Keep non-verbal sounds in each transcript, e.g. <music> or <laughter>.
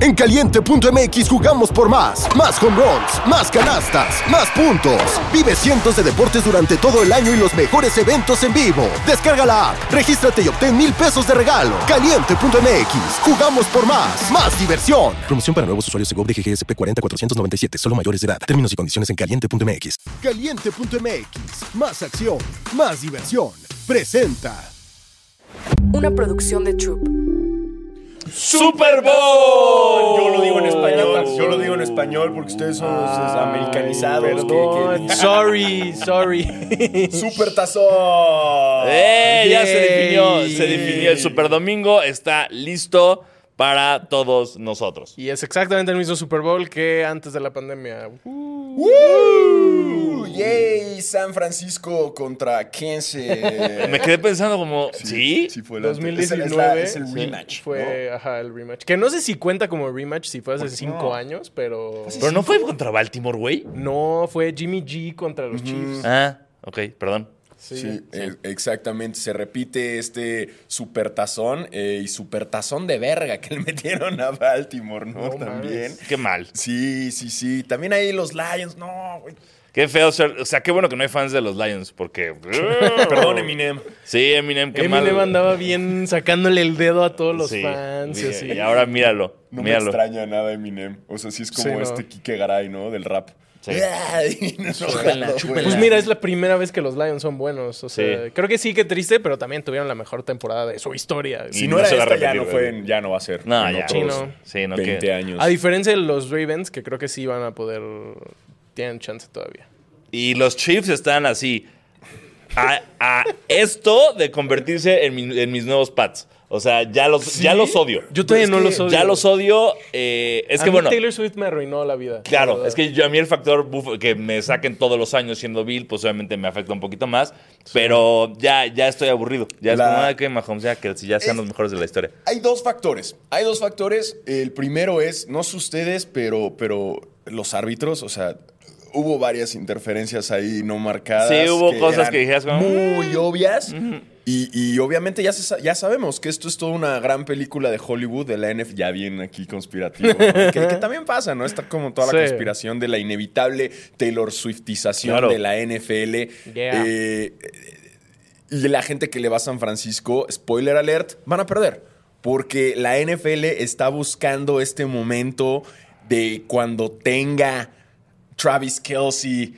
En caliente.mx jugamos por más. Más home runs, más canastas, más puntos. Vive cientos de deportes durante todo el año y los mejores eventos en vivo. Descarga la app, regístrate y obtén mil pesos de regalo. Caliente.mx, jugamos por más. Más diversión. Promoción para nuevos usuarios de GOV de GGSP 40497, solo mayores de edad. Términos y condiciones en caliente.mx. Caliente.mx, más acción, más diversión. Presenta. Una producción de Troop. Super Bowl. Yo lo digo en español. Yo lo digo en español porque ustedes son los americanizados. Perdón. Sorry, <laughs> sorry. Super Tazón. ¡Eh! Ya se Yay. definió. Se definió el Super Domingo. Está listo para todos nosotros. Y es exactamente el mismo Super Bowl que antes de la pandemia. ¡Woo! Yay, San Francisco contra Me Kansas. quedé pensando como, ¿sí? Sí, fue el antes. Es el- 2019 es la- es el sí, rematch. fue, ajá, el rematch. Que no sé si cuenta como rematch, si fue hace Pues cinco años, pero... Pero no fue contra Baltimore, güey. No, fue Jimmy G contra los Chiefs. Ah, ok, perdón. Sí, eh, exactamente. Se repite este supertazón eh, y supertazón de verga que le <laughs> metieron a Baltimore, ¿no? No También. Qué mal. Sí, sí, sí. También ahí los Lions. No, güey. Qué feo ser. O sea, qué bueno que no hay fans de los Lions, porque. <laughs> Perdón, Eminem. Sí, Eminem, qué mal. Eminem andaba bien sacándole el dedo a todos los Sí, fans y mira, así. Y ahora míralo. No me míralo. extraña nada Eminem. O sea, sí es como Sí, no. este Kike Garay, ¿no? Del rap. Sí. <laughs> Ay, no, Chúpenla, no, chúpenla. Pues mira, es la primera vez que los Lions son buenos. O sea, Sí. creo que sí que triste, pero también tuvieron la mejor temporada de su historia. Si Y no, no era se va a esta, ya repetir, no, fue, güey. en- ya no va a ser. No, en ya. Sí, otros no. Sí, no, 20 que- años. A diferencia de los Ravens, que creo que sí van a poder... Tienen chance todavía. Y los Chiefs están así. A, a esto de convertirse en, mi- en mis nuevos pads. O sea, ya los, ya los odio. Yo todavía es no que los odio. ya los odio. eh, es A que mí bueno. Taylor Swift me arruinó la vida. la Claro, verdad. es que yo a mí el factor buff- que me saquen todos los años siendo Bill, pues obviamente me afecta un poquito más. Pero ya, ya estoy aburrido. Ya La- es como, "Ay, que Mahomes, ya que si ya sean Es- los mejores de la historia. Hay dos factores. Hay dos factores. El primero es, no sé ustedes, pero, pero los árbitros, o sea, hubo varias interferencias ahí no marcadas. Sí, hubo cosas eran que dijeras como, "Mm". Muy obvias. Y, y obviamente ya, se sa- ya sabemos que esto es toda una gran película de Hollywood, de la NF, ya bien aquí <laughs> conspirativo, ¿no? que, que también pasa, ¿no? Está como toda la Sí. conspiración de la inevitable Taylor Swiftización Claro. de la NFL. Yeah. Eh, y la gente que le va a San Francisco, spoiler alert, van a perder. Porque la NFL está buscando este momento de cuando tenga Travis Kelsey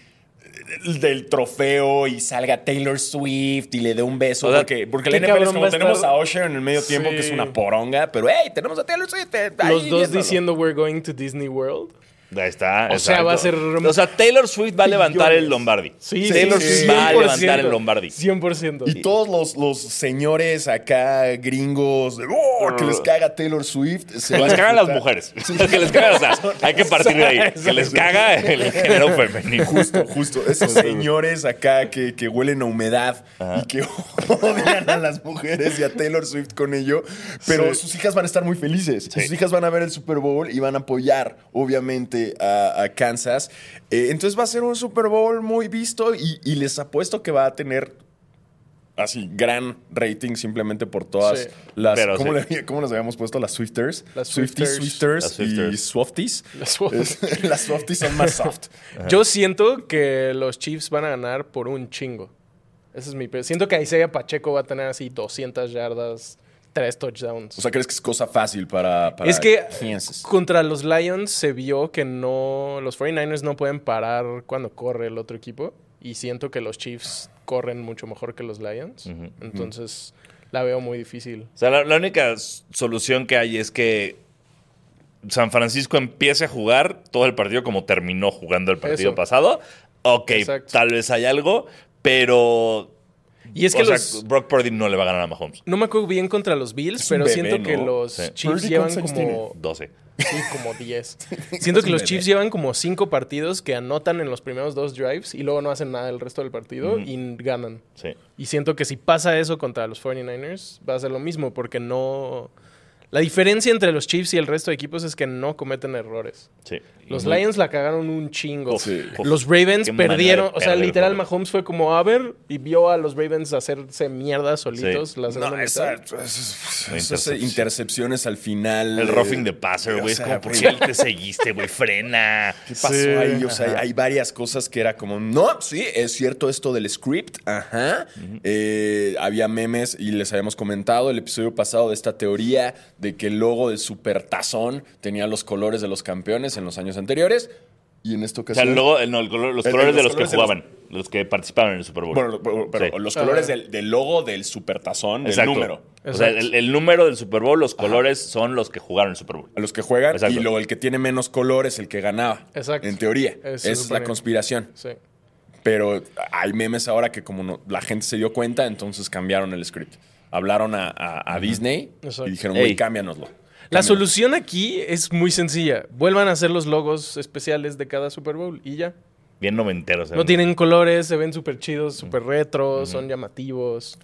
del trofeo y salga Taylor Swift y le dé un beso. O sea, porque porque la qué NFL es cabrón va como a tenemos estar- a Usher en el medio tiempo, Sí. que es una poronga, pero hey, tenemos a Taylor Swift. eh, ahí Los dos viéndolo". diciendo we're going to Disney World. Ahí está. O sea, va a ser- O sea, Taylor Swift va a levantar el Lombardi. Sí, Taylor sí, Swift sí, va a 100%. levantar el Lombardi. 100%. Y todos los, los señores acá gringos, de, "Oh, que les caga Taylor Swift. Se Que van les a cagan las juntar. mujeres. <laughs> que les cagan, o sea, hay que partir de <laughs> ahí. Que les caga el género femenino. Justo, justo. Esos señores acá que, que huelen a humedad y que <laughs> odian a las mujeres y a Taylor Swift con ello. Pero sus hijas van a estar muy felices. Sus hijas van a ver el Super Bowl y van a apoyar, obviamente, a, a Kansas. Eh, entonces va a ser un Super Bowl muy visto y, y les apuesto que va a tener. Así, gran rating simplemente por todas Sí. las. Pero ¿cómo, sí. le- cómo las habíamos puesto? Las Swifters. Las Swifties, Swifters Swifters. Las Swifters. y Swifties. <laughs> Las Swifties. Es- <laughs> las Swifties son más soft. Yo siento que los Chiefs van a ganar por un chingo. Ese es mi pe- Siento que Isaiah Pacheco va a tener así 200 yardas, 3 touchdowns. O sea, ¿crees que es cosa fácil para, para es que Kansas? contra los Lions se vio que no los 49ers no pueden parar cuando corre el otro equipo y siento que los Chiefs corren mucho mejor que los Lions. Entonces la veo muy difícil. O sea, la, la única s- solución que hay es que San Francisco empiece a jugar todo el partido como terminó jugando el partido Eso. pasado. Ok, Exacto. tal vez hay algo, pero. Y es que o sea, los Brock Purdy no le va a ganar a Mahomes. No me acuerdo bien contra los Bills, Es un pero bebé, siento que ¿no? los Sí. Chiefs Purdy, llevan ¿cuántos años como, 12. sí, como <laughs> 10. siento que los Chiefs llevan como 5 partidos que anotan en los primeros dos drives y luego no hacen nada el resto del partido y ganan. Sí. Y siento que si pasa eso contra los 49ers, va a ser lo mismo porque no... La diferencia entre los Chiefs y el resto de equipos es que no cometen errores. Sí. Los Muy- Lions la cagaron un chingo. Uf, Sí. uf. los Ravens Qué manera perdieron. de O sea, perder, literal, joder. Mahomes fue como a ver y vio a los Ravens hacerse mierda solitos. Sí. La segunda No, esa- mitad. esas- esas Intercepción. intercepciones al final. El eh, roughing de passer, o güey. Es sea, como, ¿por güey, qué te seguiste, güey? Frena. ¿Qué pasó Sí. ahí? O sea, hay varias cosas que era como, no, sí, es cierto esto del script, ajá. Eh, había memes y les habíamos comentado el episodio pasado de esta teoría de que el logo del supertazón tenía los colores de los campeones en los años anteriores. Y en esta O sea, ocasión. luego, eh, no, el color- los El- colores los de los que colores de jugaban, de los que participaban en el Super Bowl. Bueno, lo- pero, pero Sí. los colores del, del logo del supertazón, del Exacto. número. O sea, Exacto. el, el número del Super Bowl, los colores son los que jugaron el Super Bowl. A los que juegan Exacto. y luego el que tiene menos color es el que ganaba. Exacto. En teoría. Eso Esa es la supone. conspiración. Sí. Pero hay memes ahora que como no- la gente se dio cuenta, entonces cambiaron el script. Hablaron a, a- a Disney Exacto. y dijeron, Ey. güey, cámbianoslo. La Cámbianos. solución aquí es muy sencilla. Vuelvan a hacer los logos especiales de cada Super Bowl y ya. Bien noventeros. No tienen colores, se ven súper chidos, súper retro, son llamativos.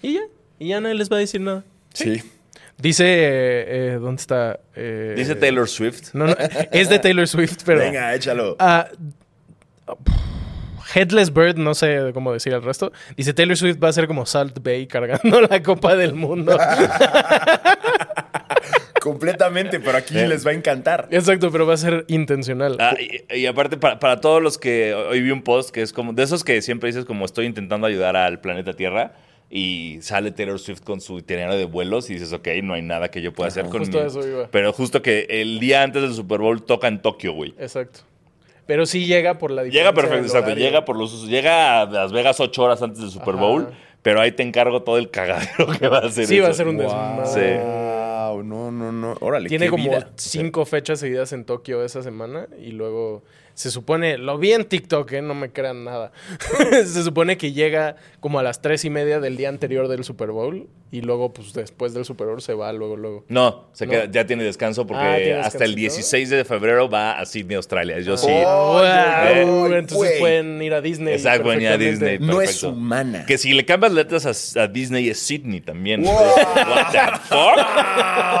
Y ya. Y ya nadie les va a decir nada. Sí. Dice. eh, eh, ¿Dónde está? Eh, Dice Taylor Swift. No, no, es de Taylor Swift, pero. Venga, échalo. Ah, Headless Bird, no sé cómo decir el resto. Dice Taylor Swift va a ser como Salt Bay cargando <laughs> la Copa <laughs> del Mundo. Completamente, pero aquí les va a encantar. Exacto, pero va a ser intencional. Ah, y, y aparte, para, para todos los que hoy vi un post que es como de esos que siempre dices, como estoy intentando ayudar al planeta Tierra. Y sale Taylor Swift con su itinerario de vuelos y dices, ok, no hay nada que yo pueda hacer con Justo mi- a eso iba. Pero justo que el día antes del Super Bowl toca en Tokio, güey. Exacto. Pero sí llega por la diferencia. Llega perfecto, del exacto. horario. Llega por los usos. Llega a Las Vegas ocho horas antes del Super Ajá. Bowl, pero ahí te encargo todo el cagadero que va a hacer. Sí, va a eso. ser un desmadre. Sí. Wow, no, no, no. Órale, Tiene qué como vida. cinco fechas seguidas en Tokio esa semana y luego se supone, lo vi en TikTok, ¿eh? no me crean nada. <laughs> se supone que llega como a las tres y media del día anterior del Super Bowl y luego, pues después del Super Bowl se va, luego, luego. No, se No. queda- ya tiene descanso porque Ah, tiene hasta el descansito. 16 de febrero va a Sydney, Australia. Yo sí. Oh, Wow, güey, entonces güey. pueden ir a Disney. Exacto, pueden ir a perfectamente. Disney. No es perfecto. humana. Que si le cambias letras a, a Disney es Sydney también. What the fuck?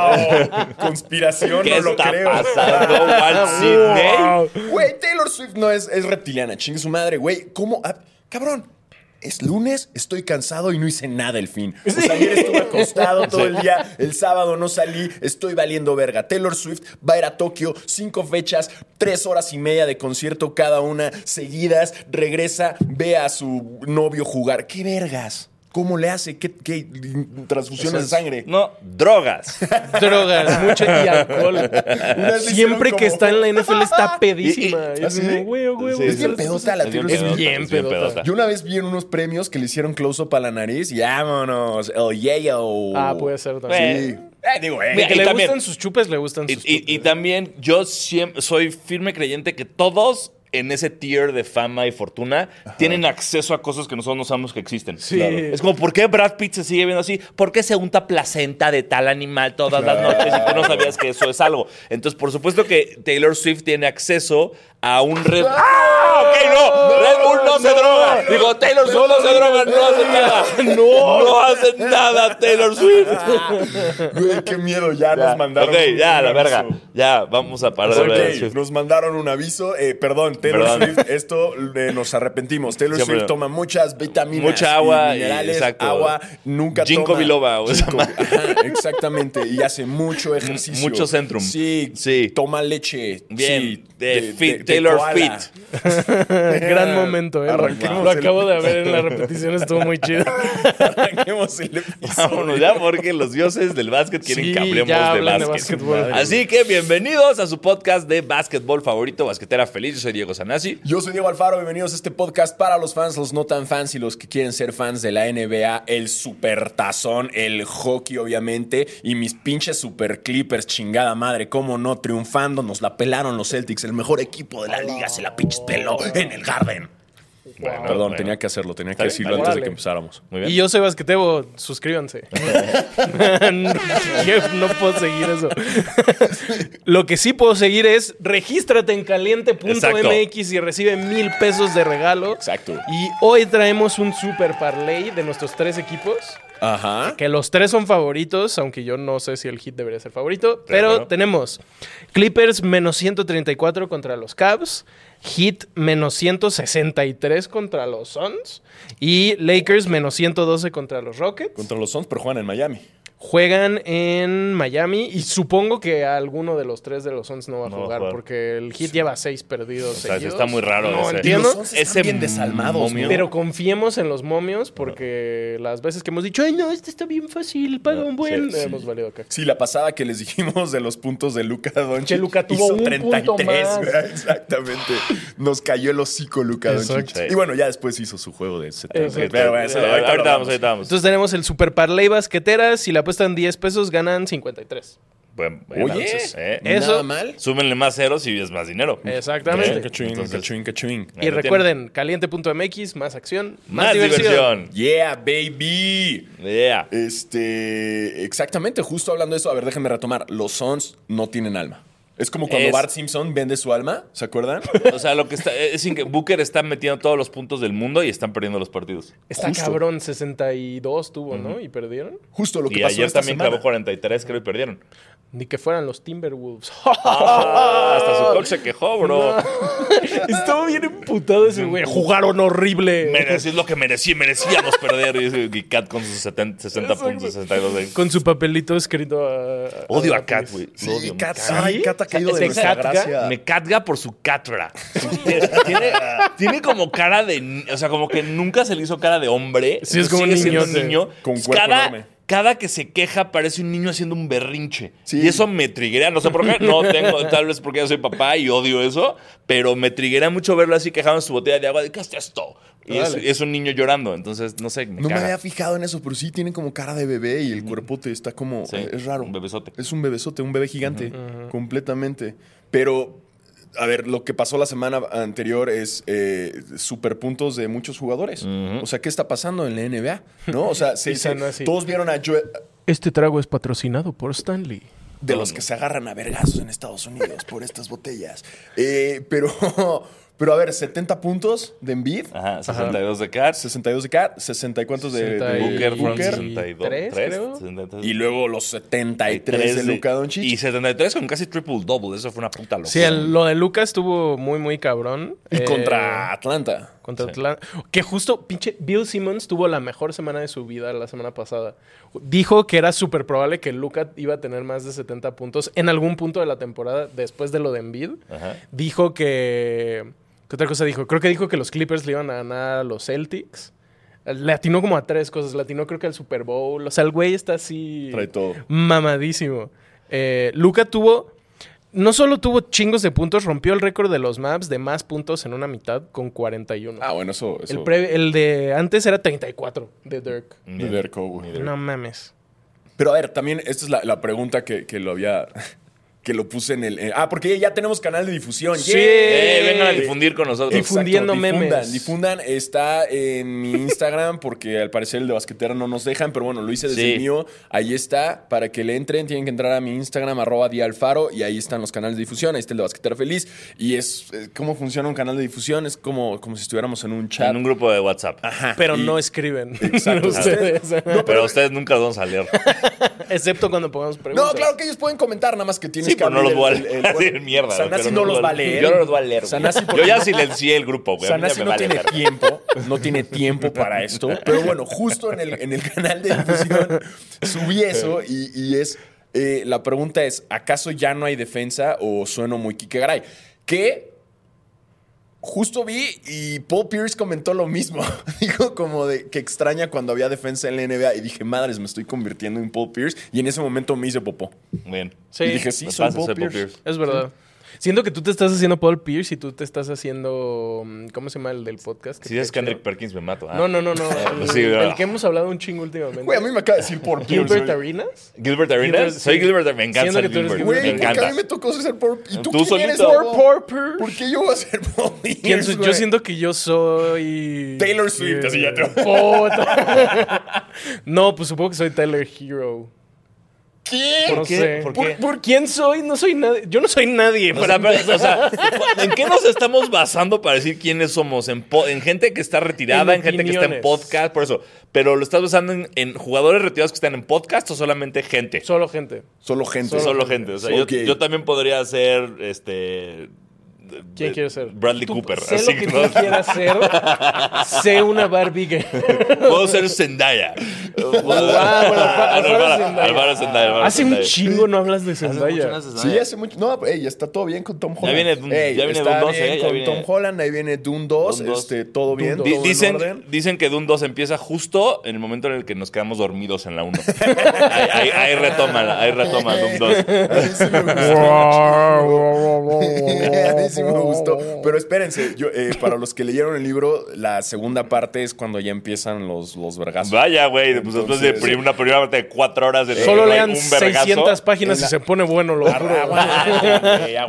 Wow. Conspiración, ¿Qué no lo está creo. pasando? ¿What Sydney? Wow. Güey, Taylor Swift no es, es reptiliana, chingue su madre, güey. ¿Cómo? Ah, cabrón. Es lunes, estoy cansado y no hice nada el fin. O sea, ayer estuve acostado todo el día, el sábado no salí, estoy valiendo verga. Taylor Swift va a ir a Tokio, cinco fechas, tres horas y media de concierto cada una, seguidas, regresa, ve a su novio jugar. ¿Qué vergas? ¿Cómo le hace? ¿Qué, qué transfusiones de sangre? No, <laughs> drogas. Drogas, mucha <laughs> y alcohol. vez Siempre hicieron que como- está en la NFL está pedísima. Y- Y, y- es ¿Ah, sí? como, güey, güey, Sí, güey, Es bien estas pedota la Es bien Taylor Swift. pedota, bien es bien pedota. Yo una vez vi en unos premios que le hicieron close-up a la nariz y vámonos, el yayo. Ah, puede ser también. Eh, Sí. Eh, digo, eh. Mira, Que y le también- gustan sus chupes, le gustan Y, sus y- chupes. y también yo siem- soy firme creyente que todos en ese tier de fama y fortuna tienen acceso a cosas que nosotros no sabemos que existen. Sí. Claro. Es como, ¿por qué Brad Pitt se sigue viendo así? ¿Por qué se unta placenta de tal animal todas las noches y tú no sabías que eso es algo? Entonces, por supuesto que Taylor Swift tiene acceso a un Red ¡Ah! Ok, no. Red Bull no, se droga. Digo, Taylor Swift no se droga, no hace nada. No, no hace nada, Taylor Swift. Güey, qué miedo, ya, nos mandaron. Ok, un- ya, un la aviso. verga. Ya, vamos a parar de Ok, hablar de Swift. nos mandaron un aviso. Eh, perdón, Taylor Perdón. Swift, esto eh, nos arrepentimos. Taylor Siempre- Swift toma muchas vitaminas. Mucha y agua y- minerales, exacto. agua, nunca Ginkgo toma. biloba, o esa Ginkgo- madre. Ajá, exactamente. Y hace mucho ejercicio. mucho Centrum. Sí, Sí. Toma leche. Bien, sí, de fit- Taylor koala. Fit. <laughs> <laughs> Gran momento, eh. Arranquemos Lo el- acabo de ver en la repetición, estuvo muy <laughs> chido. Arranquemos el episodio. Vámonos ya, porque los dioses del básquet quieren Sí, que hablemos ya de hablan de básquet. básquetbol. Así que bienvenidos a su podcast de básquetbol favorito, Basquetera Feliz. Yo soy Diego Sanasi. Yo soy Diego Alfaro, bienvenidos a este podcast para los fans, los no tan fans y los que quieren ser fans de la NBA, el supertazón, el hockey obviamente y mis pinches super clippers, chingada madre, cómo no, triunfando, nos la pelaron los Celtics, el mejor equipo de la liga se la pinches peló en el Garden. Bueno, Perdón, bueno. tenía que hacerlo, tenía que bien, decirlo vale. antes de Órale. que empezáramos. Muy bien. Y yo soy basquetebo, suscríbanse. <laughs> <laughs> no, Jeff, no puedo seguir eso. <laughs> Lo que sí puedo seguir es regístrate en caliente.mx y recibe mil pesos de regalo. Exacto. Y hoy traemos un super parlay de nuestros tres equipos. Ajá. Que los tres son favoritos, aunque yo no sé si el hit debería ser favorito. Pero bueno. tenemos Clippers menos 134 contra los Cavs, Heat menos 163 contra los Suns y Lakers menos 112 contra los Rockets. Contra los Suns, pero juegan en Miami. Juegan en Miami y supongo que alguno de los tres de los Suns no va a No va a jugar, jugar. porque el Heat lleva seis perdidos. O sea, seguidos. está muy raro No ese. entiendo. Y los Suns están bien desalmados, momio. ¿no? Pero confiemos en los momios porque las veces que hemos dicho, ay, no, este está bien fácil, paga No, un buen. sí, sí. Hemos valido acá. Sí, la pasada que les dijimos de los puntos de Luca Doncic. Que Luka hizo tuvo un punto más. güey, Exactamente. Nos cayó el hocico Luca Doncic. Exacto. Y bueno, ya después hizo su juego de 70. Exacto. Pero bueno, eso lo- ahorita eh, ahorita lo vamos, hablamos. ahorita vamos. Entonces tenemos el Super Parlay Basqueteras. Si le apuestan 10 pesos, ganan 53. Buen- buen Oye, análisis, ¿eh? eh, Eso- nada mal. Súmenle más ceros y es más dinero. Exactamente. ¿Eh? Cachín, Entonces, cachín, cachín. ahí Y lo tienen. recuerden, caliente.mx, más acción, más diversión. Yeah, baby. <laughs> Yeah. Este, exactamente, justo hablando de eso, a ver, déjenme retomar. Los Sons no tienen alma. Es como cuando Es- Bart Simpson vende su alma, <laughs> ¿se acuerdan? O sea, lo que está eh, es que Booker está metiendo todos los puntos del mundo y están perdiendo los partidos. Está Justo. cabrón, 62 tuvo, ¿no? Y perdieron. Justo lo que Y pasó ayer esta también semana. clavó 43, creo, y perdieron. Ni que fueran los Timberwolves. <laughs> Ah, hasta su coach se quejó, bro. Estaba bien emputado ese güey. Jugaron horrible. Merecí- es lo que merecí, merecíamos perder. Y ese- Y Cat con sus 70, 60 puntos, 62 ahí. Con su papelito escrito a. Odio a Cat, Cat, güey. Lo Sí, odio, me Cat, caga. ay, Cat ha caído ¿Es de de nuestra Catga? gracia. Me catga por su catra. Tiene, tiene- tiene como cara de. O sea, como que nunca se le hizo cara de hombre. Sí, es como un Sigue siendo niñote. niño. Con Entonces, cuerpo cada, enorme. cada que se queja parece un niño haciendo un berrinche. Sí. Y eso me triguea. No sé por qué. No tengo. Tal vez porque yo soy papá y odio eso. Pero me triguea mucho verlo así quejado en su botella de agua. De, ¿Qué es esto? Y es, Órale. es un niño llorando. Entonces, no sé. Me No me caga. había fijado en eso, pero sí tienen como cara de bebé y el cuerpo te está como. Sí, es raro. un bebesote. Es un bebesote, un bebé gigante, completamente. Pero, a ver, lo que pasó la semana anterior es eh, superpuntos de muchos jugadores. O sea, ¿qué está pasando en la NBA? ¿No? O <laughs> sea, se- Sí, se- no, sí. todos vieron a Joel. Este trago es patrocinado por Stanley. De los que se agarran a vergazos en Estados Unidos por estas botellas. Eh, pero, pero, <laughs> a ver, 70 puntos de Embiid, Ajá, 62 de Cat. 62 de Cat, 60 y cuántos de, de Sesenta y- Booker fueron Booker. 62. Tres, tres, creo. 63. Y luego los 73 de de- Luka Doncic. Y 73 con casi triple double. Eso fue una puta locura. Sí, el- lo de Lucas estuvo muy, muy cabrón. Y Eh, contra Atlanta. Contra Atlanta. Que justo, pinche Bill Simmons tuvo la mejor semana de su vida la semana pasada. Dijo que era súper probable que Luca iba a tener más de 70 puntos en algún punto de la temporada después de lo de Embiid. Ajá. Dijo que. ¿Qué otra cosa dijo? Creo que dijo que los Clippers le iban a ganar a los Celtics. Le atinó como a tres cosas. Le atinó creo que al Super Bowl. O sea, el güey está así. Trae todo. Mamadísimo. Eh, Luca tuvo. No solo tuvo chingos de puntos, rompió el récord de los maps de más puntos en una mitad con 41. Ah, bueno, eso. eso el, pre- el de antes era 34 de Dirk. Ni Derco, güey. No mames. Pero a ver, también esta es la, la pregunta que, que lo había. <laughs> que lo puse en el. eh, ah, porque ya tenemos canal de difusión. Sí. ¡Yay! Eh, vengan a difundir con nosotros. Difu- Difundiendo difundan, memes. Difundan, está en mi Instagram porque al parecer el de basquetera no nos dejan, pero bueno, lo hice desde Sí. el mío. Ahí está, para que le entren tienen que entrar a mi Instagram, arroba dialfaro, y ahí están los canales de difusión, ahí está el de basquetera feliz. Y es, eh, cómo funciona un canal de difusión, es como, como si estuviéramos en un chat. En un grupo de WhatsApp. Pero Ah, y- no escriben. <laughs> Exacto. Ustedes. No, pero ustedes nunca van a salir. Excepto cuando pongamos preguntas. No, claro que ellos pueden comentar, nada más que tienes <laughs> Sí, que pero no abrir los voy a el- el- <laughs> leer. el- Sí, mierda. Sanasi pero no los va a leer. Yo no los voy a leer. güey. Sanasi, por Yo ya ejemplo. silencié el grupo, güey. A mí ya Sanasi me no vale tiene verga. tiempo, no tiene tiempo <laughs> para esto. Pero bueno, justo en el, en el canal de difusión subí eso y, y es. eh, la pregunta es: ¿acaso ya no hay defensa o sueno muy Kike Garay? Que justo vi y Paul Pierce comentó lo mismo. <laughs> Dijo como de que extraña cuando había defensa en la NBA y dije, madres, me estoy convirtiendo en Paul Pierce. Y en ese momento me hice popó. Bien. Sí. Y dije, sí, Me soy pasa, Paul soy Paul Pierce. <laughs> Pierce. Es verdad. Siento que tú te estás haciendo Paul Pierce y tú te estás haciendo. mm, ¿Cómo se llama el del podcast? Si es está chido? Kendrick Perkins, me mato. ah. No, no, no, no. El, Sí, no. el que hemos hablado un chingo últimamente. Güey, a mí me acaba de decir Paul Pierce. Gilbert güey. Arenas. Gilbert Arenas. Gilbert, Soy sí. Gilbert Arenas. Me encanta Siento el que tú eres Gilbert. Gilbert Me Güey, porque a encanta. mí me tocó ser por... ¿Y tú, Tú quién eres, solito. Paul? Por Paul ¿Por Pierce. qué yo voy a ser Paul Pierce, Pienso- güey? yo siento que yo soy. Taylor Swift, Eh, así ya te- <laughs> puta. no, pues supongo que soy Tyler Hero. ¿Qué? No qué? sé. ¿Por qué? ¿Por, por quién soy? No soy nadie. Yo no soy nadie. O para sea, pero, o <laughs> sea, ¿en qué nos estamos basando para decir quiénes somos? En, po- en gente que está retirada, en, En gente que está en opiniones. podcast, por eso. Pero lo estás basando en, en jugadores retirados que están en podcast o solamente gente. Solo gente. Solo gente. Solo, gente. O sea, yo- Ok. yo, también podría ser este. ¿Quién eh, quieres ser? Bradley Tú Cooper. Sé así, lo que ¿no? tú quieras ser. sé una Barbie gay. Puedo ser Zendaya. Ah, Alfaro Alvaro- Zendaya. Alvaro Zendaya. Alvaro <laughs> Hace un Zendaya. chingo no hablas de Hace mucho Zendaya. no haces Sí, nada. hace mucho. No, ey, ya está todo bien con Tom Holland. viene Dune- Ey, ya viene está Dune 2, bien eh, ya con viene- Tom Holland, ahí viene Dune 2, Dune 2. este, todo bien, Di- todo en dicen, orden. dicen que Dune 2 empieza justo en el momento en el que nos quedamos dormidos en la 1. ahí, ahí, ahí retoma, ahí retoma Doom 2. <laughs> A mí sí me Ah. <laughs> gustó. <laughs> A mí sí me gustó. Pero espérense, yo, eh, para los que leyeron el libro, la segunda parte es cuando ya empiezan los, los vergazos. Vaya, güey, pues después de Entonces- prim- una primera parte de cuatro horas de Solo de- lean Eh, un vergazo, <laughs> 600 páginas y se pone bueno, lo juro.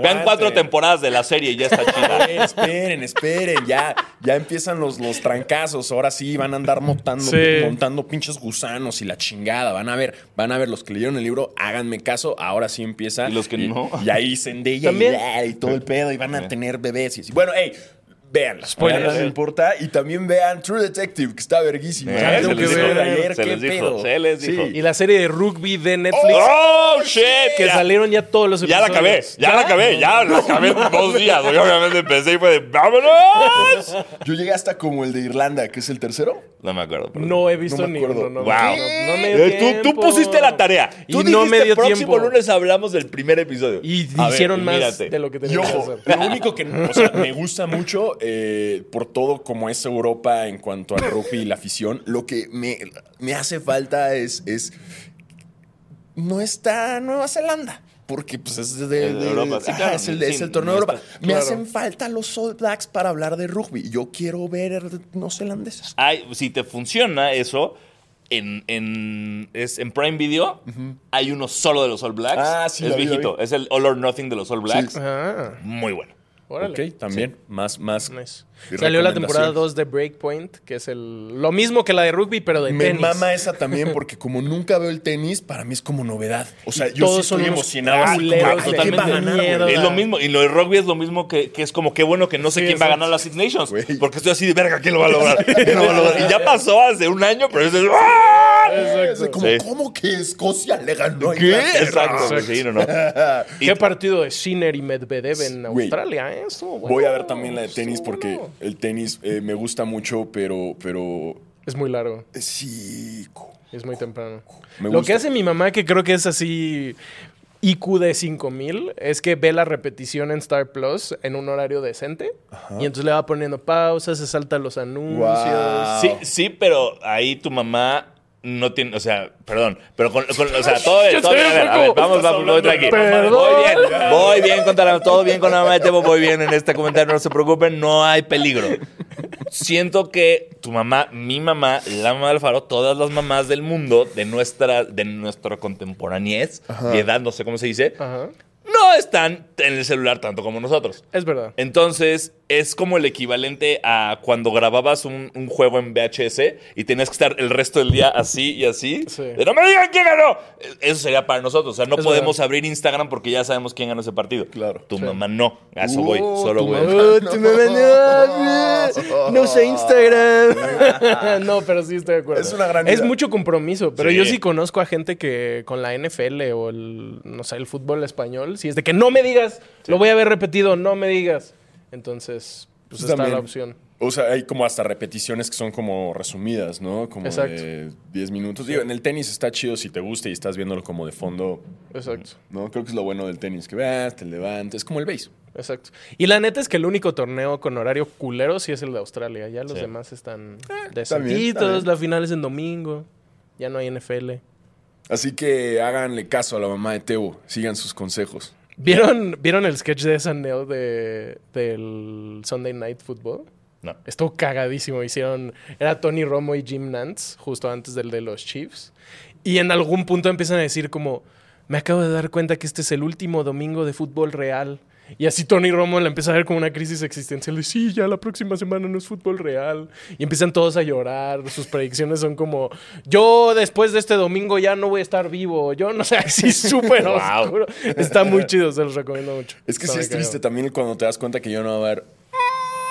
Vean cuatro temporadas de la serie y ya está <laughs> chida. Eh, Esperen, esperen, ya, ya empiezan los, los trancazos. Ahora sí van a andar montando, Sí. montando pinches gusanos y la chingada. Van a ver, van a ver los que leyeron el libro, háganme caso. Ahora sí empieza. Y los que no. Y ahí Zendaya y, También. Lala y todo el pedo y van a tener bebés. Y así. Bueno, hey. Vean, Spoilers. no importa. Y también vean True Detective, que está verguísima. Eh, Ya se tengo les que dijo, ver ayer, se qué les dijo, pedo. se les dijo. Sí. Y la serie de rugby de Netflix ¡Oh, shit! que ya. salieron ya todos los Ya episodios. la acabé, ya la acabé, ya la acabé en dos días. güey. obviamente empecé y fue de ¡Vámonos! Yo llegué hasta como el de Irlanda, que es el tercero. No me acuerdo. perdón. No he visto No me ni acuerdo. uno. No, Wow. no me dio Eh, tú- tú, tiempo. pusiste la tarea. Y Tú no me dijiste, dio próximo tiempo. lunes hablamos del primer episodio. Y A ver, hicieron y más mírate. de lo que Y tenían que ojo, hacer. lo único que o sea, me gusta mucho eh, por todo como es Europa en cuanto al rugby y la afición, lo que me, me hace falta es, es no está Nueva Zelanda. Porque pues es de, de- Es de Europa, sí, ajá, claro, es el, es sí, el torneo no de Europa. está- Me hacen falta los All Blacks para hablar de rugby. Yo quiero ver neozelandeses. Hay- si te funciona eso, en, en- es, en Prime Video hay uno solo de los All Blacks. Ah, sí, es la vi, la viejito. vi. Es el All or Nothing de los All Blacks. Ah, Muy bueno. órale. también. Más, más. Nice. Y Salió la temporada recomendaciones. 2 de Breakpoint, que es el lo mismo que la de rugby, pero de Me tenis. mama esa también porque como nunca veo el tenis, para mí es como novedad. O sea, yo sí todos son estoy unos emocionado. así como, "Ay, culeros ¿quién va a totalmente ganar, güey?" mierda. Es lo mismo, y lo de rugby es lo mismo que, que es como qué bueno que no sé Sí, quién va a exacto. ganar las Six Nations. Güey. Porque estoy así de verga, ¿quién lo va a lograr? ¿Quién lo va a lograr?" Y ya pasó hace un año, pero eso es. ¡ah! Es de como, Sí. ¿cómo que Escocia le ganó a ¿Qué? Inglaterra? Exacto, güey, sí, no, no. Qué partido de Sinner y Medvedev en Güey. Australia, ¿eh? Estuvo bueno, Voy a ver también la de tenis estuvo porque bueno. el tenis eh, me gusta mucho, pero, pero Es muy largo. eh, sí. co- Es muy temprano. Me Lo gusta. que hace mi mamá, que creo que es así IQ de 5000, es que ve la repetición en Star Plus en un horario decente. Y entonces le va poniendo pausas, se saltan los anuncios. Guau. Sí, sí, pero ahí tu mamá no tiene, o sea, perdón, pero con, con- o <laughs> sea, todo bien, Yo todo bien, a estoy ver, a ver, como- vamos, vamos, voy tranquilo. Perdón. Voy bien, voy bien con la- todo bien con la mamá de Tebo, voy bien en este comentario, no se preocupen, no hay peligro. Siento que tu mamá, mi mamá, la mamá del faro, todas las mamás del mundo, de nuestra, de nuestra contemporaneez, de edad, no sé cómo se dice, Ajá. no están en el celular tanto como nosotros. Es verdad. Entonces, es como el equivalente a cuando grababas un, un juego en VHS y tenías que estar el resto del día así y así. Sí. De, ¡No me digan quién ganó! Eso sería para nosotros. O sea, no Es podemos verdad. abrir Instagram porque ya sabemos quién ganó ese partido. Claro. Tu mamá no. A eso voy. Uh, Solo tu voy. mamá. Oh, tu mamá no, no usa Instagram. <laughs> no, pero sí estoy de acuerdo. Es una gran Es idea. mucho compromiso, pero Sí. yo sí conozco a gente que con la NFL o el, no sé, el fútbol español, si es de que no me digas, lo voy a ver repetido, no me digas. Entonces, pues está También. la opción. O sea, hay como hasta repeticiones que son como resumidas, ¿no? Como Exacto. de 10 minutos. Digo, en el tenis está chido si te gusta y estás viéndolo como de fondo, Exacto. ¿no? Creo que es lo bueno del tenis, que veas, te levantes, es como el base. Exacto. Y la neta es que el único torneo con horario culero sí es el de Australia. Ya los Sí. demás están Eh, está bien, decentitos. está bien. La final es en domingo. Ya no hay NFL. Así que háganle caso a la mamá de Tebo, sigan sus consejos. ¿Vieron, ¿Vieron el sketch de SNL de, del Sunday Night Football? No. Estuvo cagadísimo. Hicieron. Era Tony Romo y Jim Nantz, justo antes del de los Chiefs. Y en algún punto empiezan a decir como. Me acabo de dar cuenta que este es el último domingo de fútbol real. Y así Tony Romo la empieza a ver como una crisis existencial. Y sí, ya la próxima semana no es fútbol real. Y empiezan todos a llorar. Sus predicciones son como, yo después de este domingo ya no voy a estar vivo. Yo no sé, <laughs> así súper oscuro. Está muy chido, se los recomiendo mucho. Es que Está sí es muy triste cagado. también cuando te das cuenta que yo no va a haber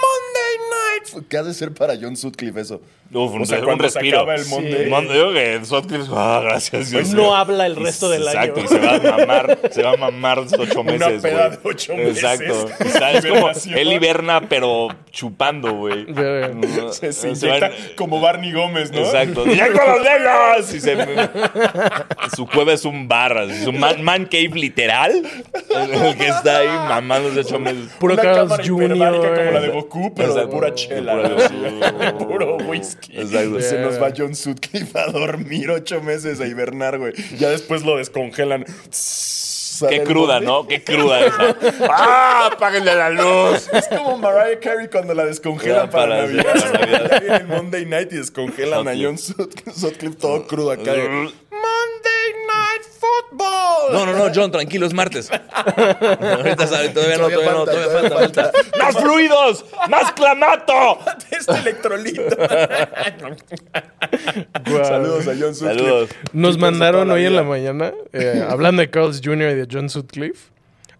Monday Night. ¿Qué ha de ser para John Sutcliffe eso? Uf, un, O sea, un cuando se respiro. acaba el Monday. Pues Mon- digo que Sutcliffe, ah, gracias Dios. no habla el resto del Exacto, año. y se va a mamar, se va a mamar los ocho meses, peda güey. de ocho Exacto. meses. Está- es como Hibernación. él hiberna, pero chupando, güey. Verga. Se, se Eh, Se va- inyecta como Barney Gómez, ¿no? <laughs> Exacto. ¡Inyecto los dedos! Y se- su cueva es un barra, su man, man cave literal, el que está ahí mamando los ocho meses. Puro Una Carlos cámara hiperbárica Jr. como la de Goku, pero de Exacto. pura chela. Pura- <laughs> ¿no? Puro whisky. Exacto. Se nos va John Sutcliffe a dormir ocho meses a hibernar, güey. Ya después lo descongelan. Sale Qué el cruda, bote. ¿no? Qué cruda esa. ¡Ah! ¡Apáguenle la luz! <laughs> Es como Mariah Carey cuando la descongelan Ya, para, para- Navidad. para Navidad. Ya <laughs> viene el Monday Night y descongelan a Sutcliffe. John Sut- Sutcliffe todo crudo acá. de, Mm. Monday Night Football. No, no, no, John, tranquilo, es martes. Ahorita sabe, todavía no, todavía no, todavía falta, falta. ¡Más fluidos! ¡Más <laughs> clamato! Este electrolito. Guau. Saludos a John Sutcliffe. Saludos. Tipos Nos de mandaron toda hoy en vida. la mañana, <laughs> eh, hablando de Carlos Jr. y de John Sutcliffe,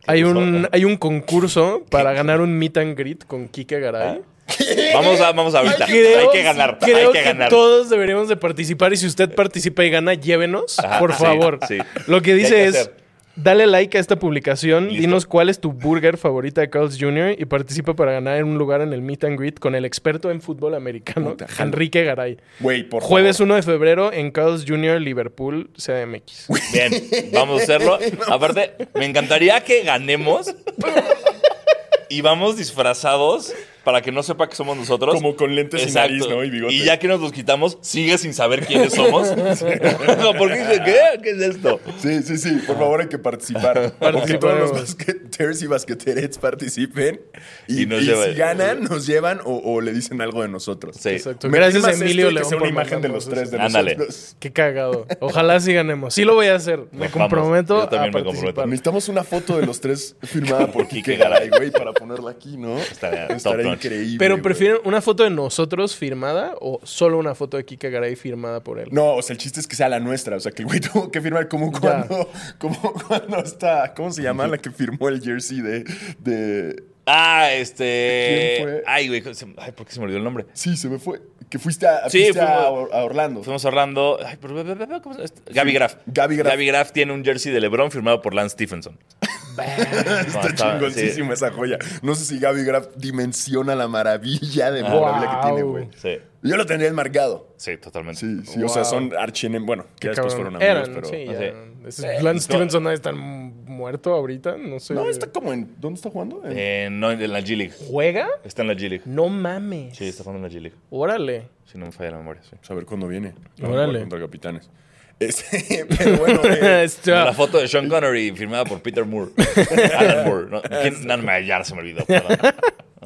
hay un, hay <laughs> un concurso para ganar un meet and greet con Kike Garay. Vamos, a, vamos Ah, ahorita. hay que ganar, creo hay que ganar. todos deberíamos de participar y si usted participa y gana, llévenos, Ajá, por sí, favor. sí. Lo que ¿Qué hay dice que es, hacer? dale like a esta publicación, Listo. dinos cuál es tu burger favorita de Carl's Jr. y participa para ganar un lugar en el meet and greet con el experto en fútbol americano, Enrique Garay. Güey, por Jueves 1 de febrero en Carl's Jr. Liverpool, CDMX. Bien, vamos a <laughs> hacerlo. Aparte, me encantaría que ganemos y vamos disfrazados para que no sepa que somos nosotros. Como con lentes y nariz, ¿no? Y bigote. ya que nos los quitamos, sigue sin saber quiénes <laughs> somos. <laughs> No, porque dice, ¿qué? ¿Qué es esto? Sí, sí, sí. Por favor, hay <laughs> que participar. Porque todos los basqueteers y basqueterets participen. Y, Y nos y llevan. si ganan, nos llevan o, o le dicen algo de nosotros. Sí. Exacto. Me Gracias a firmas esto Emilio y que León sea una por imagen de los mandarnos tres de Ándale. nosotros. Qué cagado. Ojalá sí ganemos. Sí lo voy a hacer. Me Nos vamos. comprometo Yo también a me participar. comprometo. Necesitamos una foto de los <laughs> tres firmada por Kike Quique Garay, Garay. güey, para ponerla aquí, ¿no? Estaría top Estaría notch. increíble. Pero güey. prefieren una foto de nosotros firmada o solo una foto de Kika Garay firmada por <laughs> él. No, o sea, el chiste es que sea la nuestra. O sea, que el güey <laughs> tuvo que firmar como cuando, como cuando está. ¿Cómo se <laughs> llama la que firmó el jersey de. de Ah, este. ¿Quién fue? Ay, güey. se- Ay, ¿por qué se me olvidó el nombre? sí, se me fue. Que fuiste a, Sí, fuiste a, fuimos- a Orlando. Fuimos a Orlando. Ay, pero, pero, pero, ¿cómo se llama? Este, Gaby Graff. Gaby Graff. Gaby Graff tiene un jersey de LeBron firmado por Lance Stephenson. Ah, Está chingoncísima esa joya. No sé si Gaby Graff dimensiona Ah, la maravilla de memorabilia que Wow. tiene, güey. Sí, Yo lo tendría enmarcado. sí, totalmente. Sí, sí. O sea, son archienem. Bueno, que Qué después cabrón. fueron amigos, Eran, pero. Eh, sí, ya. sí. Ese Lance Stevenson ha de estar muerto ahorita. No sé. No, está como en. ¿Dónde está jugando? En- Eh, no, en la G League. ¿Juega? Está en la G League. No mames. Sí, está jugando en la G League. Órale. Si no me falla la memoria, sí. A ver cuándo viene. No, Órale. Contra capitanes. Este, <laughs> pero bueno, <laughs> <laughs> eh, Está- La foto de Sean Connery firmada por Peter Moore. Alan Moore. No, ¿quién? No, me- ya se me olvidó. perdón.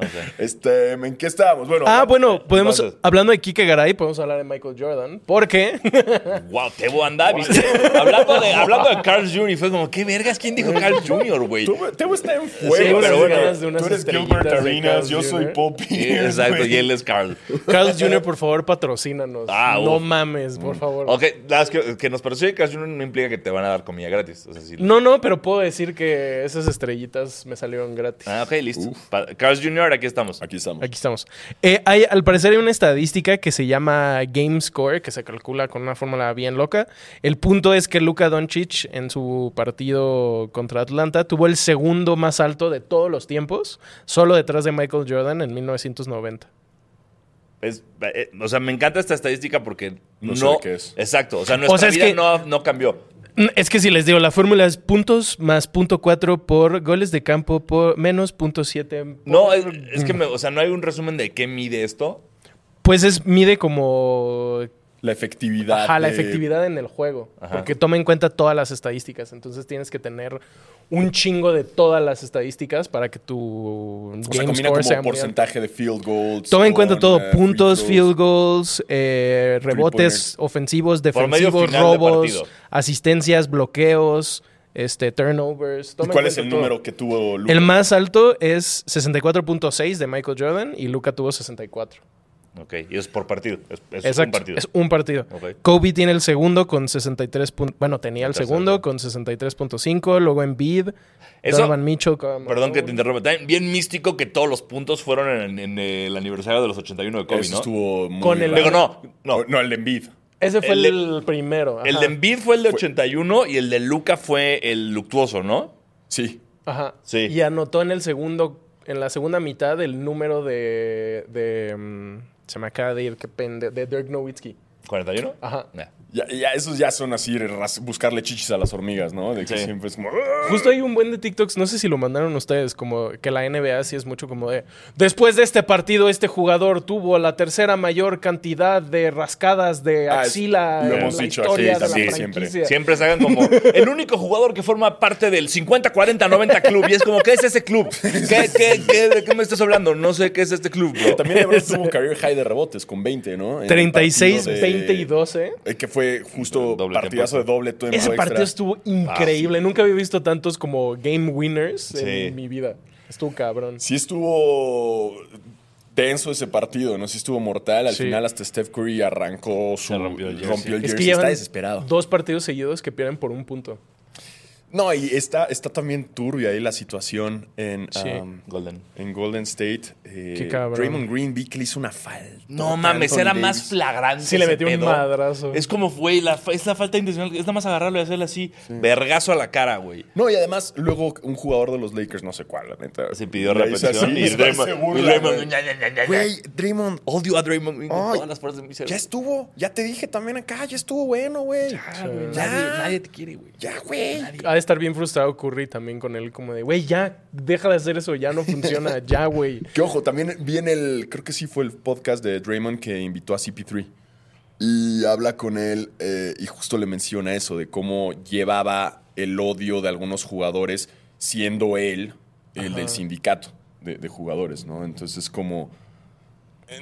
No sé. este, ¿en qué estábamos? Bueno, eh, Ah, bueno, podemos, Entonces- hablando de Kike Garay, podemos hablar de Michael Jordan. Porque <laughs> Wow, Tebo anda, ¿viste? hablando, de, hablando de Carl Jr. fue como, ¿qué vergas? ¿Quién dijo Carl Jr., güey? Tú, Teo está en fuego. Sí, pero así bueno. que Ganas de unas tú eres estrellitas ¿eh? Gilbert de Arenas, Carl's yo soy Jr.. Paul Sí, Pierce. Exacto, güey. y él es Carl. Carl Jr., por favor, patrocínanos. Ah, no uf. mames, por favor. Ok, las que, que nos pareció que Carl Jr. no implica que te van a dar comida gratis. O sea, sí. No, no, pero puedo decir que esas estrellitas me salieron gratis. Ah, ok, listo. Pa- Carl Jr., aquí estamos. Aquí estamos. Aquí estamos. Eh, hay, al parecer hay una estadística que se llama Game Score, que se calcula con una fórmula bien loca. El punto es que Luka Doncic en su partido contra Atlanta tuvo el segundo más alto de todos los tiempos, solo detrás de Michael Jordan en 1990. Es- eh, o sea, me encanta esta estadística porque No no. sé de qué es. Exacto. O sea, nuestra O sea, es vida que- no, no cambió. Mm, Es que si les digo, la fórmula es puntos más punto cuatro por goles de campo por menos punto siete. por- No, es, es que, me- o sea, no hay un resumen de qué mide esto. Pues es, mide como La efectividad. Ajá, la de- efectividad en el juego. Ajá. Porque toma en cuenta todas las estadísticas. Entonces tienes que tener un chingo de todas las estadísticas para que O tu sea, game combina score sea como muy alto. porcentaje de field goals. Toma en con, cuenta todo: eh, free puntos, throws. field goals, eh, Three rebotes ofensivos, Por medio defensivos, final de robos, partido. asistencias, bloqueos, este, turnovers. ¿Y toma en cuál es cuenta el todo. número que tuvo Luka? El más alto es 64.6 de Michael Jordan y Luca tuvo 64. Ok, y es por partido. Es, es un Exacto. partido. Es un partido. Ok. Kobe tiene el segundo con 63. pun- Bueno, tenía el Tercero. segundo con 63.5. Luego Embiid, Eso- Donovan Mitchell. Kawhi Perdón que te Leonard. interrumpa. También bien místico que todos los puntos fueron en, en el aniversario de los 81 de Kobe, Eso ¿no? estuvo muy Con el- raro. Digo, no, no. no, no, el de Embiid. Ese fue el el, de- primero. El ajá. de Embiid fue el de 81 y el de Luca fue el luctuoso, ¿no? Sí. Ajá. Sí. Y anotó en el segundo, en la segunda mitad el número de. de, mm, se me acaba de ir, qué pende. De Dirk Nowitzki. ¿41? Ajá. Ya. Ya, ya- esos ya son así, ras- buscarle chichis a las hormigas, ¿no? De que Sí. siempre es como... "Ah". Justo hay un buen de TikToks, no sé si lo mandaron ustedes, como que la NBA sí es mucho como de. Después de este partido, este jugador tuvo la tercera mayor cantidad de rascadas de Ah, es- axila. lo en hemos la dicho historia aquí de la también, siempre. franquicia. Siempre se hagan como el único jugador que forma parte del 50-40-90 club. Y es como, ¿qué es ese club? ¿Qué, qué, qué, ¿De qué me estás hablando? No sé qué es este club. bro. También <laughs> LeBron <laughs> tuvo career high de rebotes con 20, ¿no? En el 36, partido de- 20 y 12. Eh, Que fue justo Doble partidazo tiempo. de doble tiempo Ese extra. Ah, partido estuvo increíble. Nunca había visto tantos como game winners Sí. en mi vida. Estuvo cabrón. Sí estuvo tenso ese partido, ¿no? Sí estuvo mortal. Al Sí. final hasta Steph Curry arrancó su... Se rompió el jersey. rompió el Es que jersey. llevan Está desesperado. dos partidos seguidos que pierden por un punto. No, y está, está también turbia ahí la situación en, Sí. um, Golden. en Golden State. Eh, Qué cabrón. Draymond Green vi que le hizo una falta. No mames, era más flagrante. Sí, le ese metió un pedo. madrazo. Es como, güey, la, fa- es la falta intencional. Es nada más agarrarlo y hacerle así, vergazo a la cara, güey. No, y además, luego un jugador de los Lakers, no sé cuál, la neta. Se pidió le hizo repetición así, y se Draymond. burla, y Draymond, güey. ña, ña, ña, ña, ña. Güey, Draymond, Odio a Draymond Green con Ay, todas las partes de mi ser. ya estuvo. Ya te dije también acá, ya estuvo bueno, güey. Nadie, nadie te quiere, güey. Ya, güey. Ha de estar bien frustrado Curry también con él, como de, güey, ya, deja de hacer eso, ya no funciona, <laughs> ya, güey. Que ojo, también viene el, creo que sí fue el podcast de Draymond que invitó a CP3. Y habla con él eh, y justo le menciona eso, de cómo llevaba el odio de algunos jugadores siendo él el del sindicato de, de jugadores, ¿no? Entonces como...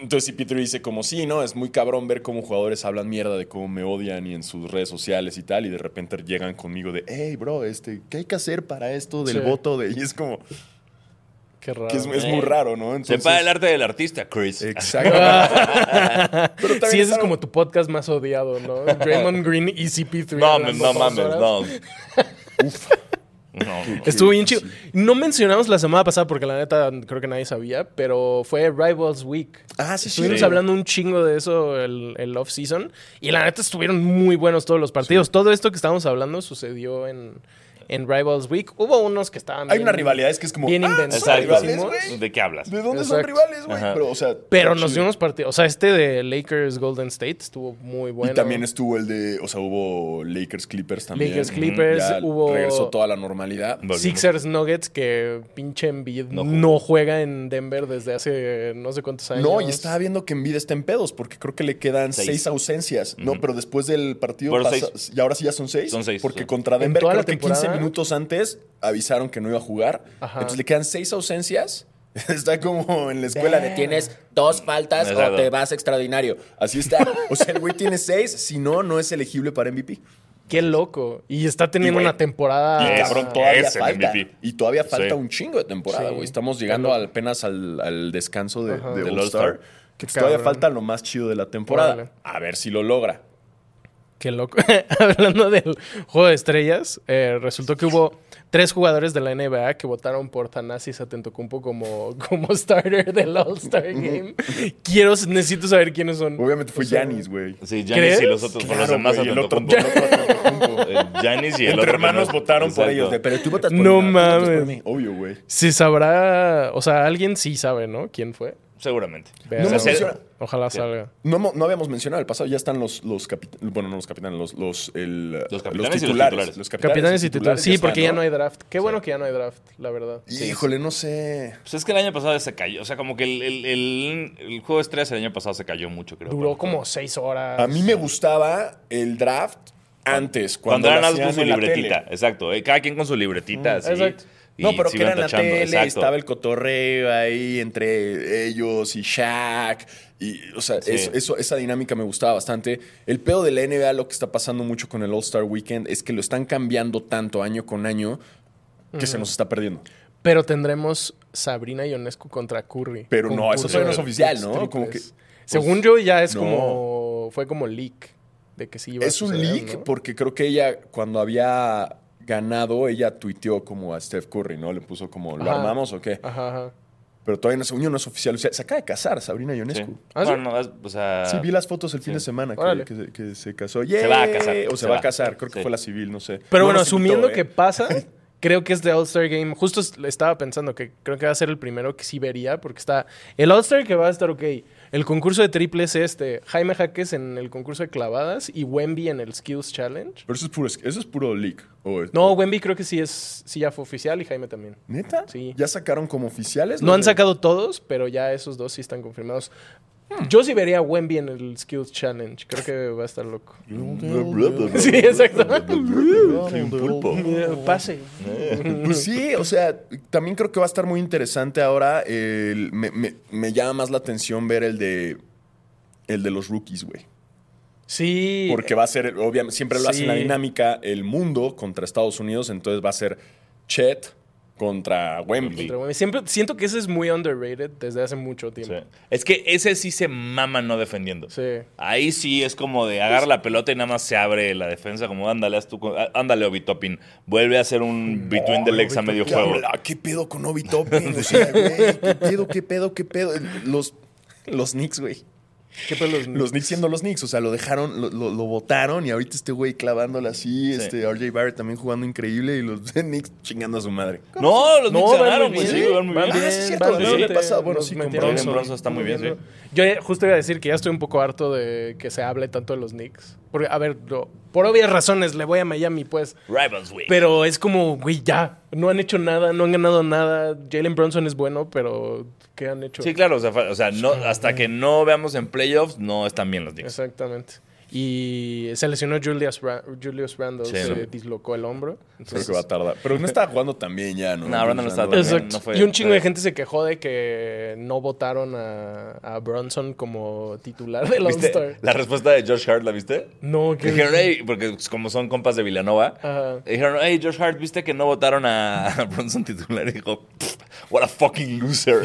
Entonces CP3 dice como, sí, ¿no? Es muy cabrón ver cómo jugadores hablan mierda de cómo me odian y en sus redes sociales y tal, y de repente llegan conmigo de, hey, bro, este, ¿qué hay que hacer para esto del Sí. voto? De... Y es como, Qué raro. que es, es muy raro, ¿no? Se paga el arte del artista, Chris. Ah, Exacto. Pero también sí, ese es está- como tu podcast más <laughs> odiado, ¿no? Draymond Green y CP3. No, mames, hablando no dos mames, horas. no. No, no. Estuvo bien chido. No mencionamos la semana pasada porque la neta creo que nadie sabía, pero fue Rivals Week. Ah, sí, sí. Estuvimos Sí. hablando un chingo de eso el, el off-season y la neta estuvieron muy buenos todos los partidos. Todo esto que estábamos hablando sucedió en, en Rivals Week. Hubo unos que estaban... Hay bien- una rivalidad, es que es como. bien ah, inventado. ¿son rivales, Exacto. güey? ¿De qué hablas? ¿De dónde son Exacto. rivales, güey? Ajá. Pero, o sea. Pero nos chido. dio unos partidos. O sea, este de Lakers Golden State estuvo muy bueno. Y también estuvo el de. O sea, hubo Lakers Clippers también. Lakers Ujú. Clippers, Ya hubo- Regresó toda la normalidad. Volvimos. Sixers Nuggets, que pinche Embiid No no, jugó. juega en Denver desde hace no sé cuántos años. No, y estaba viendo que Envid está en pedos, porque creo que le quedan Seis. seis, ausencias. No, pero después del partido Fueron pasa- y ahora sí ya son seis. Son seis, Porque sí. contra En Denver toda creo la que 15 temporada. minutos antes avisaron que no iba a jugar. Ajá. Entonces le quedan seis ausencias. <laughs> Está como en la escuela de tienes dos faltas Exacto. o te vas extraordinario. Así está. O sea, el güey tiene seis, si no, no es elegible para MVP. Qué loco. Y está teniendo Y, güey, una temporada... Y Es- cabrón, todavía es el falta. MVP. Y todavía falta Sí. un chingo de temporada, Sí. güey. Estamos llegando al- apenas al, al descanso de, de Del All-Star. All-Star. Que pues, todavía Cabrón. falta lo más chido de la temporada. Órale. A ver si lo logra. Qué loco. <laughs> Hablando del juego de estrellas, eh, resultó que hubo tres jugadores de la NBA que votaron por Thanasis Atentocumpo como, <laughs> como starter del All-Star Game. Quiero, necesito saber quiénes son. Obviamente fue O sea, Yanis, güey. Sí, Janis y los otros Claro, los demás güey, el otro- Antetokounmpo. Antetokounmpo. <laughs> El Eh, Giannis y el Entre otro que hermanos no- votaron por Exacto. ellos. de, pero tú votas por No mí, tú votas por mames. mí". Obvio, güey. Se sabrá, o sea, alguien sí sabe, ¿no? ¿Quién fue? Seguramente. Pero- No me O sea, funciona. Ojalá salga. No, mo- no habíamos mencionado el pasado, ya están los, los capit- bueno, no los capitanes, los, los, el- Los capitanes y los titulares. Capitanes y titulares. Sí, ya porque ya están, no hay draft. Qué bueno que ya no hay draft, la verdad. Híjole, no sé. Pues es que el año pasado se cayó. O sea, como que el, el, el- el juego de estrellas el año pasado se cayó mucho, creo. Duró como seis horas. A mí me gustaba el draft antes, Cuando, cuando, lo eran nada más hacían con su en la tele. libretita. Exacto. eh, cada quien con su libretita. así. Exacto. y No, pero que sigan era en la tachando. tele, Exacto. estaba el cotorreo ahí entre ellos y Shaq. Y, o sea, Sí. eso- eso- esa dinámica me gustaba bastante. El pedo de la NBA, lo que está pasando mucho con el All-Star Weekend, es que lo están cambiando tanto año con año que se nos está perdiendo. Pero tendremos Sabrina Ionescu contra Curry. Pero no, eso curso todavía no es de oficial, ¿no? triples. Como que- pues, Según yo, ya es no. como. Fue como leak. De que sí iba a Es un suceder, leak ¿no? porque creo que ella, cuando había ganado, ella tuiteó como a Steph Curry, ¿no? Le puso como, ¿lo Ajá. armamos o qué? Ajá, ajá. Pero todavía no, según yo, no es oficial. O sea, se acaba de casar Sabrina Sí. Ionescu. ¿Ah, sí? Bueno, es- o sea, Sí, vi las fotos el fin Sí. de semana que, Órale. que se- que se casó. Se va a casar. ¡Yay! O se, Se va, a va. casar, creo que Sí. fue la civil, no sé. Pero No bueno, nos invitó, asumiendo ¿eh? <laughs> que pasa, creo que es de All-Star Game. Justo es- estaba pensando que creo que va a ser el primero que sí vería, porque está el All-Star que va a estar ok. El concurso de triples este, Jaime Jaques en el concurso de clavadas y Wemby en el Skills Challenge. Pero eso es puro, eso es puro leak. o- No, o- Wemby creo que sí es sí ya fue oficial y Jaime también. ¿Neta? Sí. ¿Ya sacaron como oficiales? No los han de- sacado todos, pero ya esos dos sí están confirmados. Hmm. Yo sí vería a Wemby en el Skills Challenge. Creo que va a estar loco. <laughs> Sí, exacto. Pase. Pues sí, o sea, también creo que va a estar muy interesante ahora. eh, el- me, me- me llama más la atención ver el de. El de los rookies, güey. Sí. Porque va a ser, obviamente, siempre lo hace en la Sí. dinámica el mundo contra Estados Unidos, entonces va a ser Chet contra Wemby. Contra Wemby. Siempre siento que ese es muy underrated desde hace mucho tiempo. sí. Es que ese sí se mama no defendiendo. Sí. Ahí sí es como de agarra la pelota y nada más se abre la defensa, como ándale, haz tú, con- á- ándale, Obitopin. Vuelve a hacer un between the legs a medio ¿Qué, juego. habla? ¿Qué pedo con Obi Toppin? O sea, güey, ¿Qué pedo, qué pedo, qué pedo? Los, los Knicks, güey. ¿Qué pedo pues, los, Los Knicks siendo los Knicks. O sea, lo dejaron, lo, lo, lo votaron y ahorita este güey clavándole así. Este RJ Barrett también jugando increíble y los <laughs> Knicks chingando a su madre. No, los No, Knicks van muy ganaron, güey. bien. Sí, van muy Van bien. Ah, sí, es cierto, van el año bien. pasado, bueno, Nos sí, con metieron. Jalen Brunson está muy bien, sí. Yo eh, justo iba a decir que ya estoy un poco harto de que se hable tanto de los Knicks. Porque, a ver, lo- por obvias razones le voy a Miami, pues. Rivals, güey. Pero es como, güey, ya. No han hecho nada, no han ganado nada. Jalen Brunson es bueno, pero ¿qué han hecho? Sí, claro, o sea, fa- o sea, no, hasta que no veamos en playoffs, no están bien los Knicks. Exactamente. Y se lesionó Julius, Ra- Julius Randle, Sí. se dislocó el hombro. Creo Entonces, que va a tardar. Pero <laughs> no estaba jugando también ya, ¿no? No, Brandon no estaba también. Exacto. no fue- y un chingo de fue- gente se quejó de que no votaron a, a Bronson como titular del ¿Viste? All-Star. La respuesta de Josh Hart, ¿la viste? No, Que que. Dijeron, hey, porque como son compas de Villanova, Ajá. dijeron, hey, Josh Hart, ¿viste que no votaron a <laughs> a Bronson titular? Y dijo, "Pff, what a fucking loser.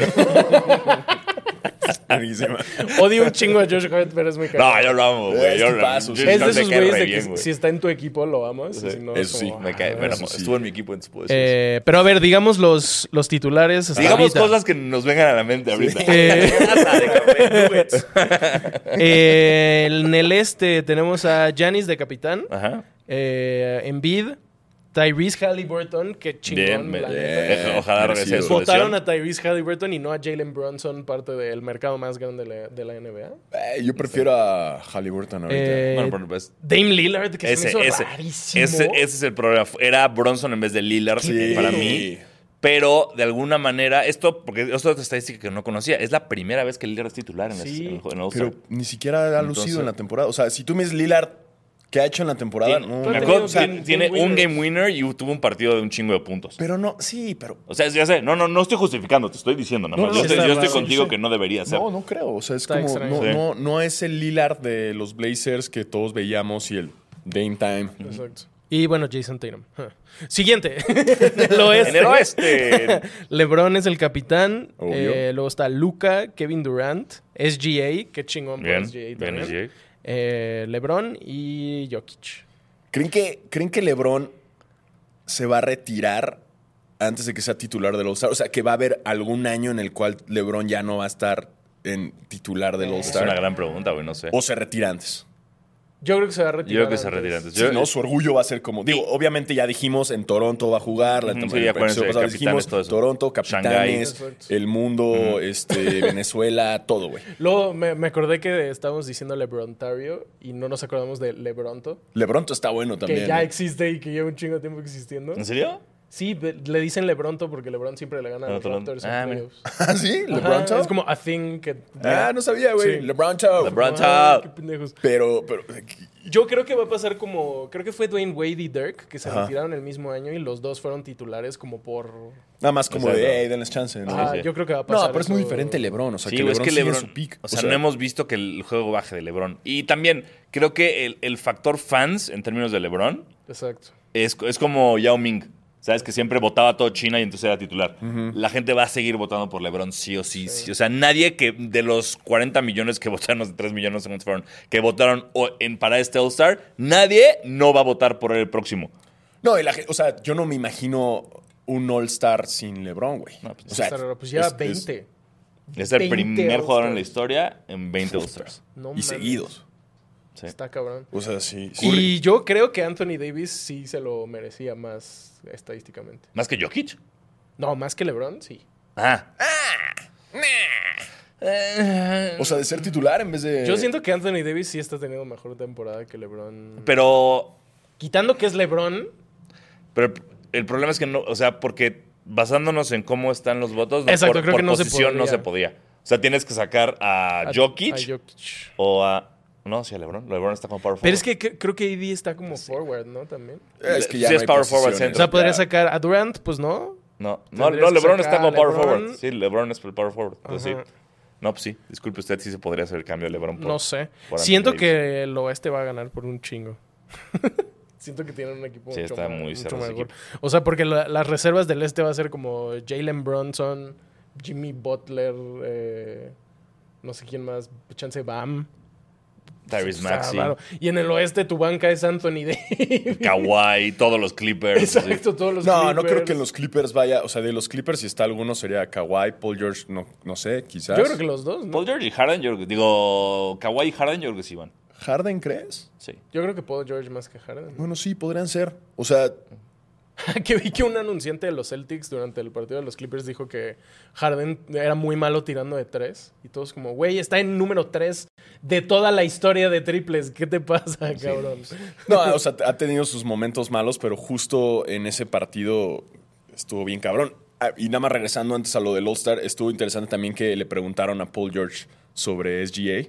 Buenísima. Odio un chingo a Josh Hart, pero es muy caro. no, yo lo amo, Es güey. Yo lo amo. tipazo, Josh sí. es de Hart me esos cae güeyes re de que bien, güey. si está en tu equipo lo amas. y si no, eso es sí, como, Me cae, ah, pero eso sí. estuvo en mi equipo, entonces puedo decir eso. Eh, pero a ver, digamos los, los titulares. hasta Digamos ahorita. cosas que nos vengan a la mente ahorita. Eh. Déjame, do it. Eh, en el este tenemos a Janis de capitán, Ajá. eh, Embiid, Tyrese Halliburton, que chingón. Bien, me- la neta. eh, ojalá regrese a su Votaron lesión. a Tyrese Halliburton y no a Jalen Brunson, parte del mercado más grande de la, de la NBA. Eh, Yo prefiero a Halliburton ahorita. Eh, Bueno, pero pues, Dame Lillard, que ese, se me hizo ese, rarísimo. ese, ese es el problema. Era Bronson en vez de Lillard Sí. para mí. Pero de alguna manera, esto, porque esto es otra estadística que no conocía, es la primera vez que Lillard es titular en, las- Sí. en el, en el All-Star. Pero ni siquiera ha lucido Entonces- en la temporada. O sea, si tú me dices Lillard, ¿qué ha hecho en la temporada? Tiene, No, me ha no. acuerdo, tenido tiene- tiene game- game un winners. game winner y tuvo un partido de un chingo de puntos. Pero no, sí, pero. O sea, ya sé, no, no, no estoy justificando, te estoy diciendo nada No, más. no, yo sí estoy, está yo estoy raro, contigo sí. que no debería ser. No, no creo. O sea, es Está como. extraño. No, Sí. no, no es el Lillard de los Blazers que todos veíamos y el Dame Time. Exacto. Y bueno, Jason Tatum. Huh. <laughs> Siguiente. el oeste. En el <laughs> oeste. LeBron es el capitán. Obvio. Eh, luego está Luca, Kevin Durant, SGA, qué chingón por Bien, SGA bien, también. SGA. Eh, LeBron y Jokic. ¿Creen que, ¿Creen que LeBron se va a retirar antes de que sea titular del All-Star? O sea, que va a haber algún año en el cual LeBron ya no va a estar en titular del es una All-Star. gran pregunta, güey, no sé. O se retira antes. Yo creo que se va a Yo retirar. creo que se retira antes. Sí, Yo- eh, no, su orgullo va a ser como. Digo, obviamente ya dijimos en Toronto va a jugar. La Ujú, temporada sí, acuérdense, el episodio pasado capitanes, todo eso. Toronto, Shanghái. capitanes, Exacto. el mundo, <laughs> este, Venezuela, todo, güey. Luego me, me acordé que estábamos diciendo LeBrontario y no nos acordamos de LeBronto, Lebronto está bueno también. que ya ¿eh? existe y que lleva un chingo de tiempo existiendo. ¿En serio? Sí, pe- le dicen Lebronto porque Lebron siempre le gana a No, los Toronto. Raptors en Ah, mira. playoffs. <laughs> ¿Ah, sí? Ajá, ¿LeBron Top? Es como a thing que... Ah, no sabía, güey. Sí. LeBron Top. LeBron Ay, Top. qué pendejos. Pero, pero. Yo creo que va a pasar como... Creo que fue Dwayne Wade y Dirk que se Ajá. retiraron el mismo año y los dos fueron titulares como por... Nada más como Exacto. de, hey, denles chance, ¿no? Ah, sí. Yo creo que va a pasar No, pero es muy eso. diferente LeBron. O sea, Sí, que güey, LeBron es que sigue LeBron. su pick. O, sea, no hemos visto que el juego baje de LeBron. Y también creo que el, el factor fans en términos de LeBron Exacto. es, es como Yao Ming. ¿Sabes? Que siempre votaba todo China y entonces era titular. La gente va a seguir votando por LeBron, sí o sí, sí. O sea, nadie que de los 40 millones que <laughs> votaron, los 3 millones no sé cuántos fueron, que votaron o- en, para este All-Star, nadie no va a votar por el próximo. No, y la gen- o sea, yo no me imagino un All-Star sin LeBron, güey. No, pues, o sea, Está raro, pues lleva es- es- 20. Es el 20 primer jugador en la All-Stars. historia en 20 All-Stars. y No mames. seguidos. Sí. Está cabrón. O sea, sí. sí. Y yo creo que Anthony Davis sí se lo merecía más estadísticamente. Más que Jokic. No, más que LeBron, sí. Ah. O sea, de ser titular en vez de. Eh, Yo siento que Anthony Davis sí está teniendo mejor temporada que LeBron. Pero Quitando que es LeBron, Pero el- el problema es que no, o sea, porque basándonos en cómo están los votos, no, Exacto, por, creo por que no se posición no podría. se podía. O sea, tienes que sacar a, Jokic a Jokic. o a. No, sí, a LeBron. LeBron está como power Pero es forward. que cre- creo que AD está como forward, ¿no? También. Eh, Es que ya Sí, no es hay power forward posiciones. O center. sea, podría Ya. sacar a Durant, pues no. No, no, no, Tendrías que LeBron sacar está como a power LeBron. forward. Sí, LeBron es el power forward. Entonces, Ajá. sí. No, pues sí. Disculpe usted si se podría hacer el cambio de LeBron. por- No por sé. Anthony Siento Davis. que el oeste va a ganar por un chingo. <laughs> Siento que tienen un equipo Sí, mucho, está ma- muy mucho cerrado ese mejor. O sea, porque la- las reservas del este va a ser como Jalen Bronson, Jimmy Butler, eh, no sé quién más, chance Bam. Tyrese Está Maxey, raro. Y en el oeste tu banca es Anthony Davis. Kawhi, todos los <laughs> Clippers. pues sí. Exacto, todos los No, no creo Clippers. que en los Clippers vaya. O sea, de los Clippers, si está alguno, sería Kawhi, Paul George, no, no sé, quizás. Yo creo que los dos, ¿no? Paul George y Harden, yo creo que- digo, Kawhi y Harden, yo creo que sí van. ¿Harden crees? Sí. Yo creo que Paul George más que Harden. <laughs> Bueno, sí, podrían ser. O sea, que vi que un anunciante de los Celtics durante el partido de los Clippers dijo que Harden era muy malo tirando de tres. Y todos como, güey, está en número tres de toda la historia de triples. ¿Qué te pasa, cabrón? no, o <laughs> sea, ha tenido sus momentos malos, pero justo en ese partido estuvo bien cabrón. Ah, Y nada más regresando antes a lo del All-Star, estuvo interesante también que le preguntaron a Paul George sobre SGA,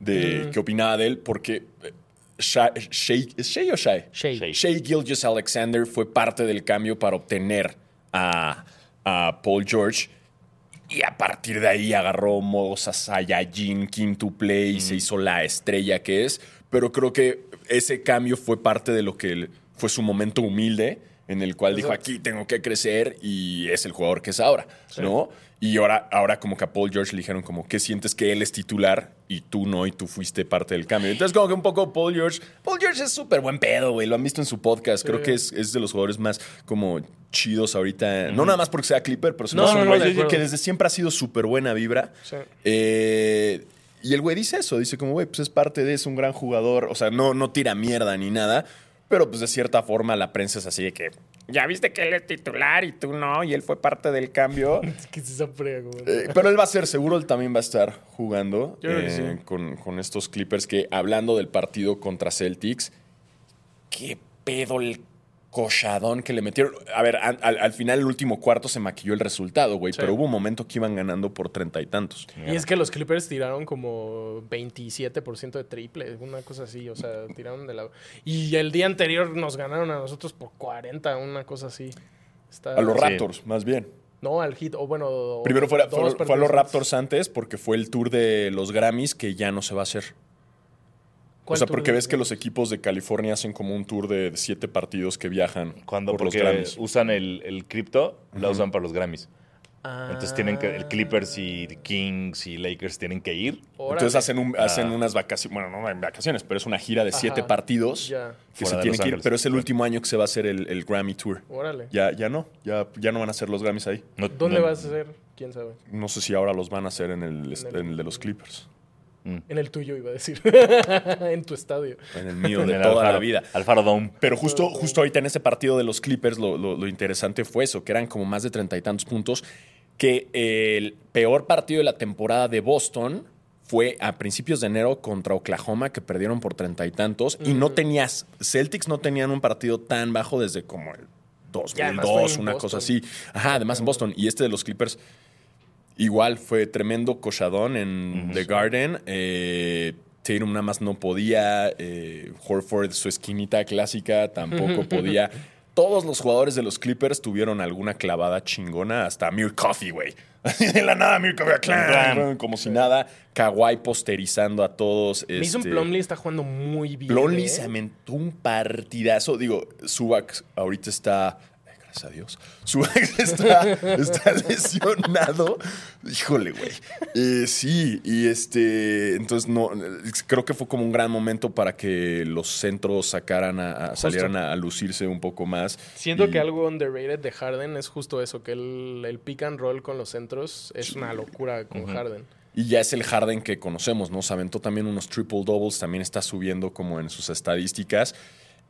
de qué opinaba de él, porque eh, Shai, Shai- ¿es Shai o Shai? Shai. Shea Gilgis Alexander fue parte del cambio para obtener a, a Paul George. Y a partir de ahí agarró modos a Saiyajin, quintuple y Mm. se hizo la estrella que es. Pero creo que ese cambio fue parte de lo que él- fue su momento humilde, en el cual dijo: aquí tengo que crecer y es el jugador que es ahora, ¿no? Y ahora, ahora como que a Paul George le dijeron como que sientes que él es titular y tú no y tú fuiste parte del cambio. Entonces como que un poco Paul George, Paul George es súper buen pedo, güey, lo han visto en su podcast, creo que es, es de los jugadores más como chidos ahorita, no nada más porque sea Clipper, pero se me No, hace un no, no, güey de acuerdo. que desde siempre ha sido súper buena vibra. Sí. Eh, y el güey dice eso, dice como, güey, pues es parte de, es un gran jugador, o sea, no, no tira mierda ni nada, pero pues de cierta forma la prensa es así de que, eh, ya viste que él es titular y tú no, y él fue parte del cambio. Es que se sabrá, güey. Eh, pero él va a ser, seguro él también va a estar jugando Yo creo que eh, sí. con, con estos Clippers que, hablando del partido contra Celtics, qué pedo el cochadón que le metieron. A ver, an- al, al final el último cuarto se maquilló el resultado, güey, Sí. pero hubo un momento que iban ganando por treinta y tantos. Y es que los Clippers tiraron como 27% de triple, una cosa así, o sea, tiraron de la... Y el día anterior nos ganaron a nosotros por 40, una cosa así. Está... A los Sí. Raptors, más bien. No, al hit, o bueno... o- Primero fue, dos fue- fue a los partidos antes. Raptors antes porque fue el tour de los Grammys que ya no se va a hacer. O ¿Cuál sea, tuvo? porque ves que los equipos de California hacen como un tour de siete partidos que viajan Cuando por los porque Grammys. usan el, el cripto, la usan para los Grammys. Ah, Entonces tienen que, el Clippers y Kings y Lakers tienen que ir. órale. Entonces hacen, un- Ah. hacen unas vacaciones, bueno, no en vacaciones, pero es una gira de siete Ajá. partidos Ya. que Fuera se de Los tienen que ir, Ángeles. pero es el último año que se va a hacer el, el Grammy Tour. Órale. Ya, ya no, ya, ya no van a hacer los Grammys ahí. No- ¿Dónde no- vas a ser? ¿Quién sabe? No sé si ahora los van a hacer en el, est- en el de los Clippers, En el tuyo, iba a decir. <laughs> en tu estadio. en el <laughs> mío en de el toda la Alfaro- vida. Alfaro Dome. Pero justo, justo ahorita en ese partido de los Clippers, lo, lo- lo interesante fue eso, que eran como más de treinta y tantos puntos, que el peor partido de la temporada de Boston fue a principios de enero contra Oklahoma, que perdieron por treinta y tantos, y no tenías, Celtics no tenían un partido tan bajo desde como el además 2002, fue en una Boston. cosa así. Ajá, además en Boston. Y este de los Clippers, igual fue tremendo cochadón en The Garden. Eh, Tatum nada más no podía. eh, Horford, su esquinita clásica, tampoco podía. Todos los jugadores de los Clippers tuvieron alguna clavada chingona, hasta Amir Coffee, güey. Así de la nada, Amir Coffey, clan, Clan. como si nada. Kawhi posterizando a todos. Mason este, Plumlee está jugando muy bien. Plonly ¿eh? se aventó un partidazo. Digo, Subac ahorita está. ay, Gracias a Dios. Subac <laughs> está, está lesionado. Híjole, güey. Eh, sí, y este. Entonces, no. eh, Creo que fue como un gran momento para que los centros sacaran a, a- salieran a, a lucirse un poco más. Siento Y- que algo underrated de Harden es justo eso, que el, el pick and roll con los centros es una locura con Harden. Y ya es el Harden que conocemos, ¿no? Se aventó también unos triple doubles, también está subiendo como en sus estadísticas.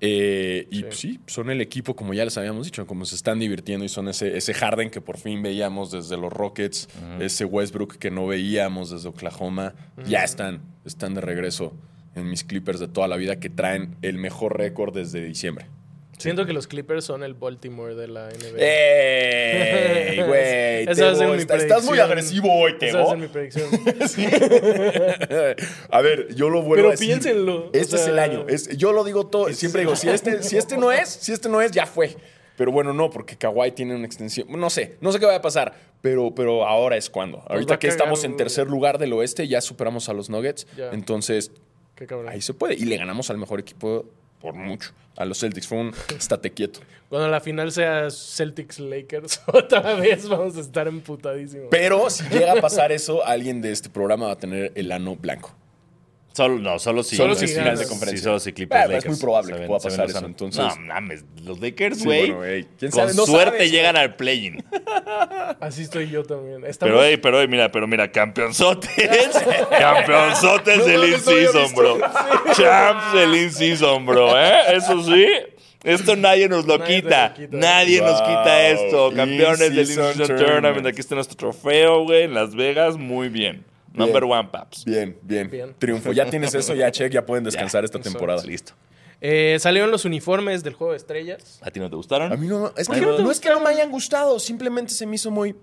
Eh, y Sí. pues, sí. son el equipo, como ya les habíamos dicho, como se están divirtiendo y son ese, ese Harden que por fin veíamos desde los Rockets, ese Westbrook que no veíamos desde Oklahoma. Ya están, están de regreso en mis Clippers de toda la vida que traen el mejor récord desde diciembre. <laughs> Siento que los Clippers son el Baltimore de la NBA. <laughs> ¡Ey, güey! Esa va a ser Tebo, mi está- estás muy predicción. agresivo hoy, Tebo. Esa va a ser mi predicción. Sí. a ver, yo lo vuelvo Pero a decir. piénsenlo, o Este es sea- el año. Es- yo lo digo todo. Siempre digo, si este, si este no es, si este no es, ya fue. Pero bueno, no, porque Kawhi tiene una extensión. No sé, no sé qué va a pasar. Pero, pero ahora es cuando. Pues va Ahorita a que cagar, estamos en güey. tercer lugar del oeste, ya superamos a los Nuggets. Ya. Entonces, Qué cabrón. ahí se puede. Y le ganamos al mejor equipo por mucho. A los Celtics. Fue un estate quieto. Cuando la final sea Celtics Lakers, <laughs> otra vez vamos a estar emputadísimos. Pero si llega a pasar eso, alguien de este programa va a tener el ano blanco. Solo, no, solo si. Solo si sí, ganas. sí, conferencia. Sí, solo si Clippers Ah, Pero es Lakers muy probable se que ven- pueda se ven pasar los eso, años. entonces- No mames, los Lakers, Sí, güey. bueno, ey, quién con sabe, no suerte sabes, ¿eh? llegan al play-in. Así estoy yo también. Estamos- Pero, ey, pero, ey, mira, pero, mira, <laughs> campeonzotes. campeonzotes No del mames, no había in-season, visto. bro. Champs del in-season, bro, ¿eh? Eso sí. Esto nadie nos lo Nadie te lo quita. quita. Nadie nos Wow. quita esto. Campeones del In-season In-Season Tournament. Tournament. Aquí está nuestro trofeo, güey, en Las Vegas. Muy bien. Number Bien. one, paps. Bien, bien, Bien. Triunfo. Ya tienes eso, ya check, ya pueden descansar esta Eso. temporada. Listo. Eh, salieron los uniformes del juego de estrellas. ¿A ti no te gustaron? A mí no, es ¿Por que qué no no, te es que no me hayan gustado, simplemente se me hizo muy.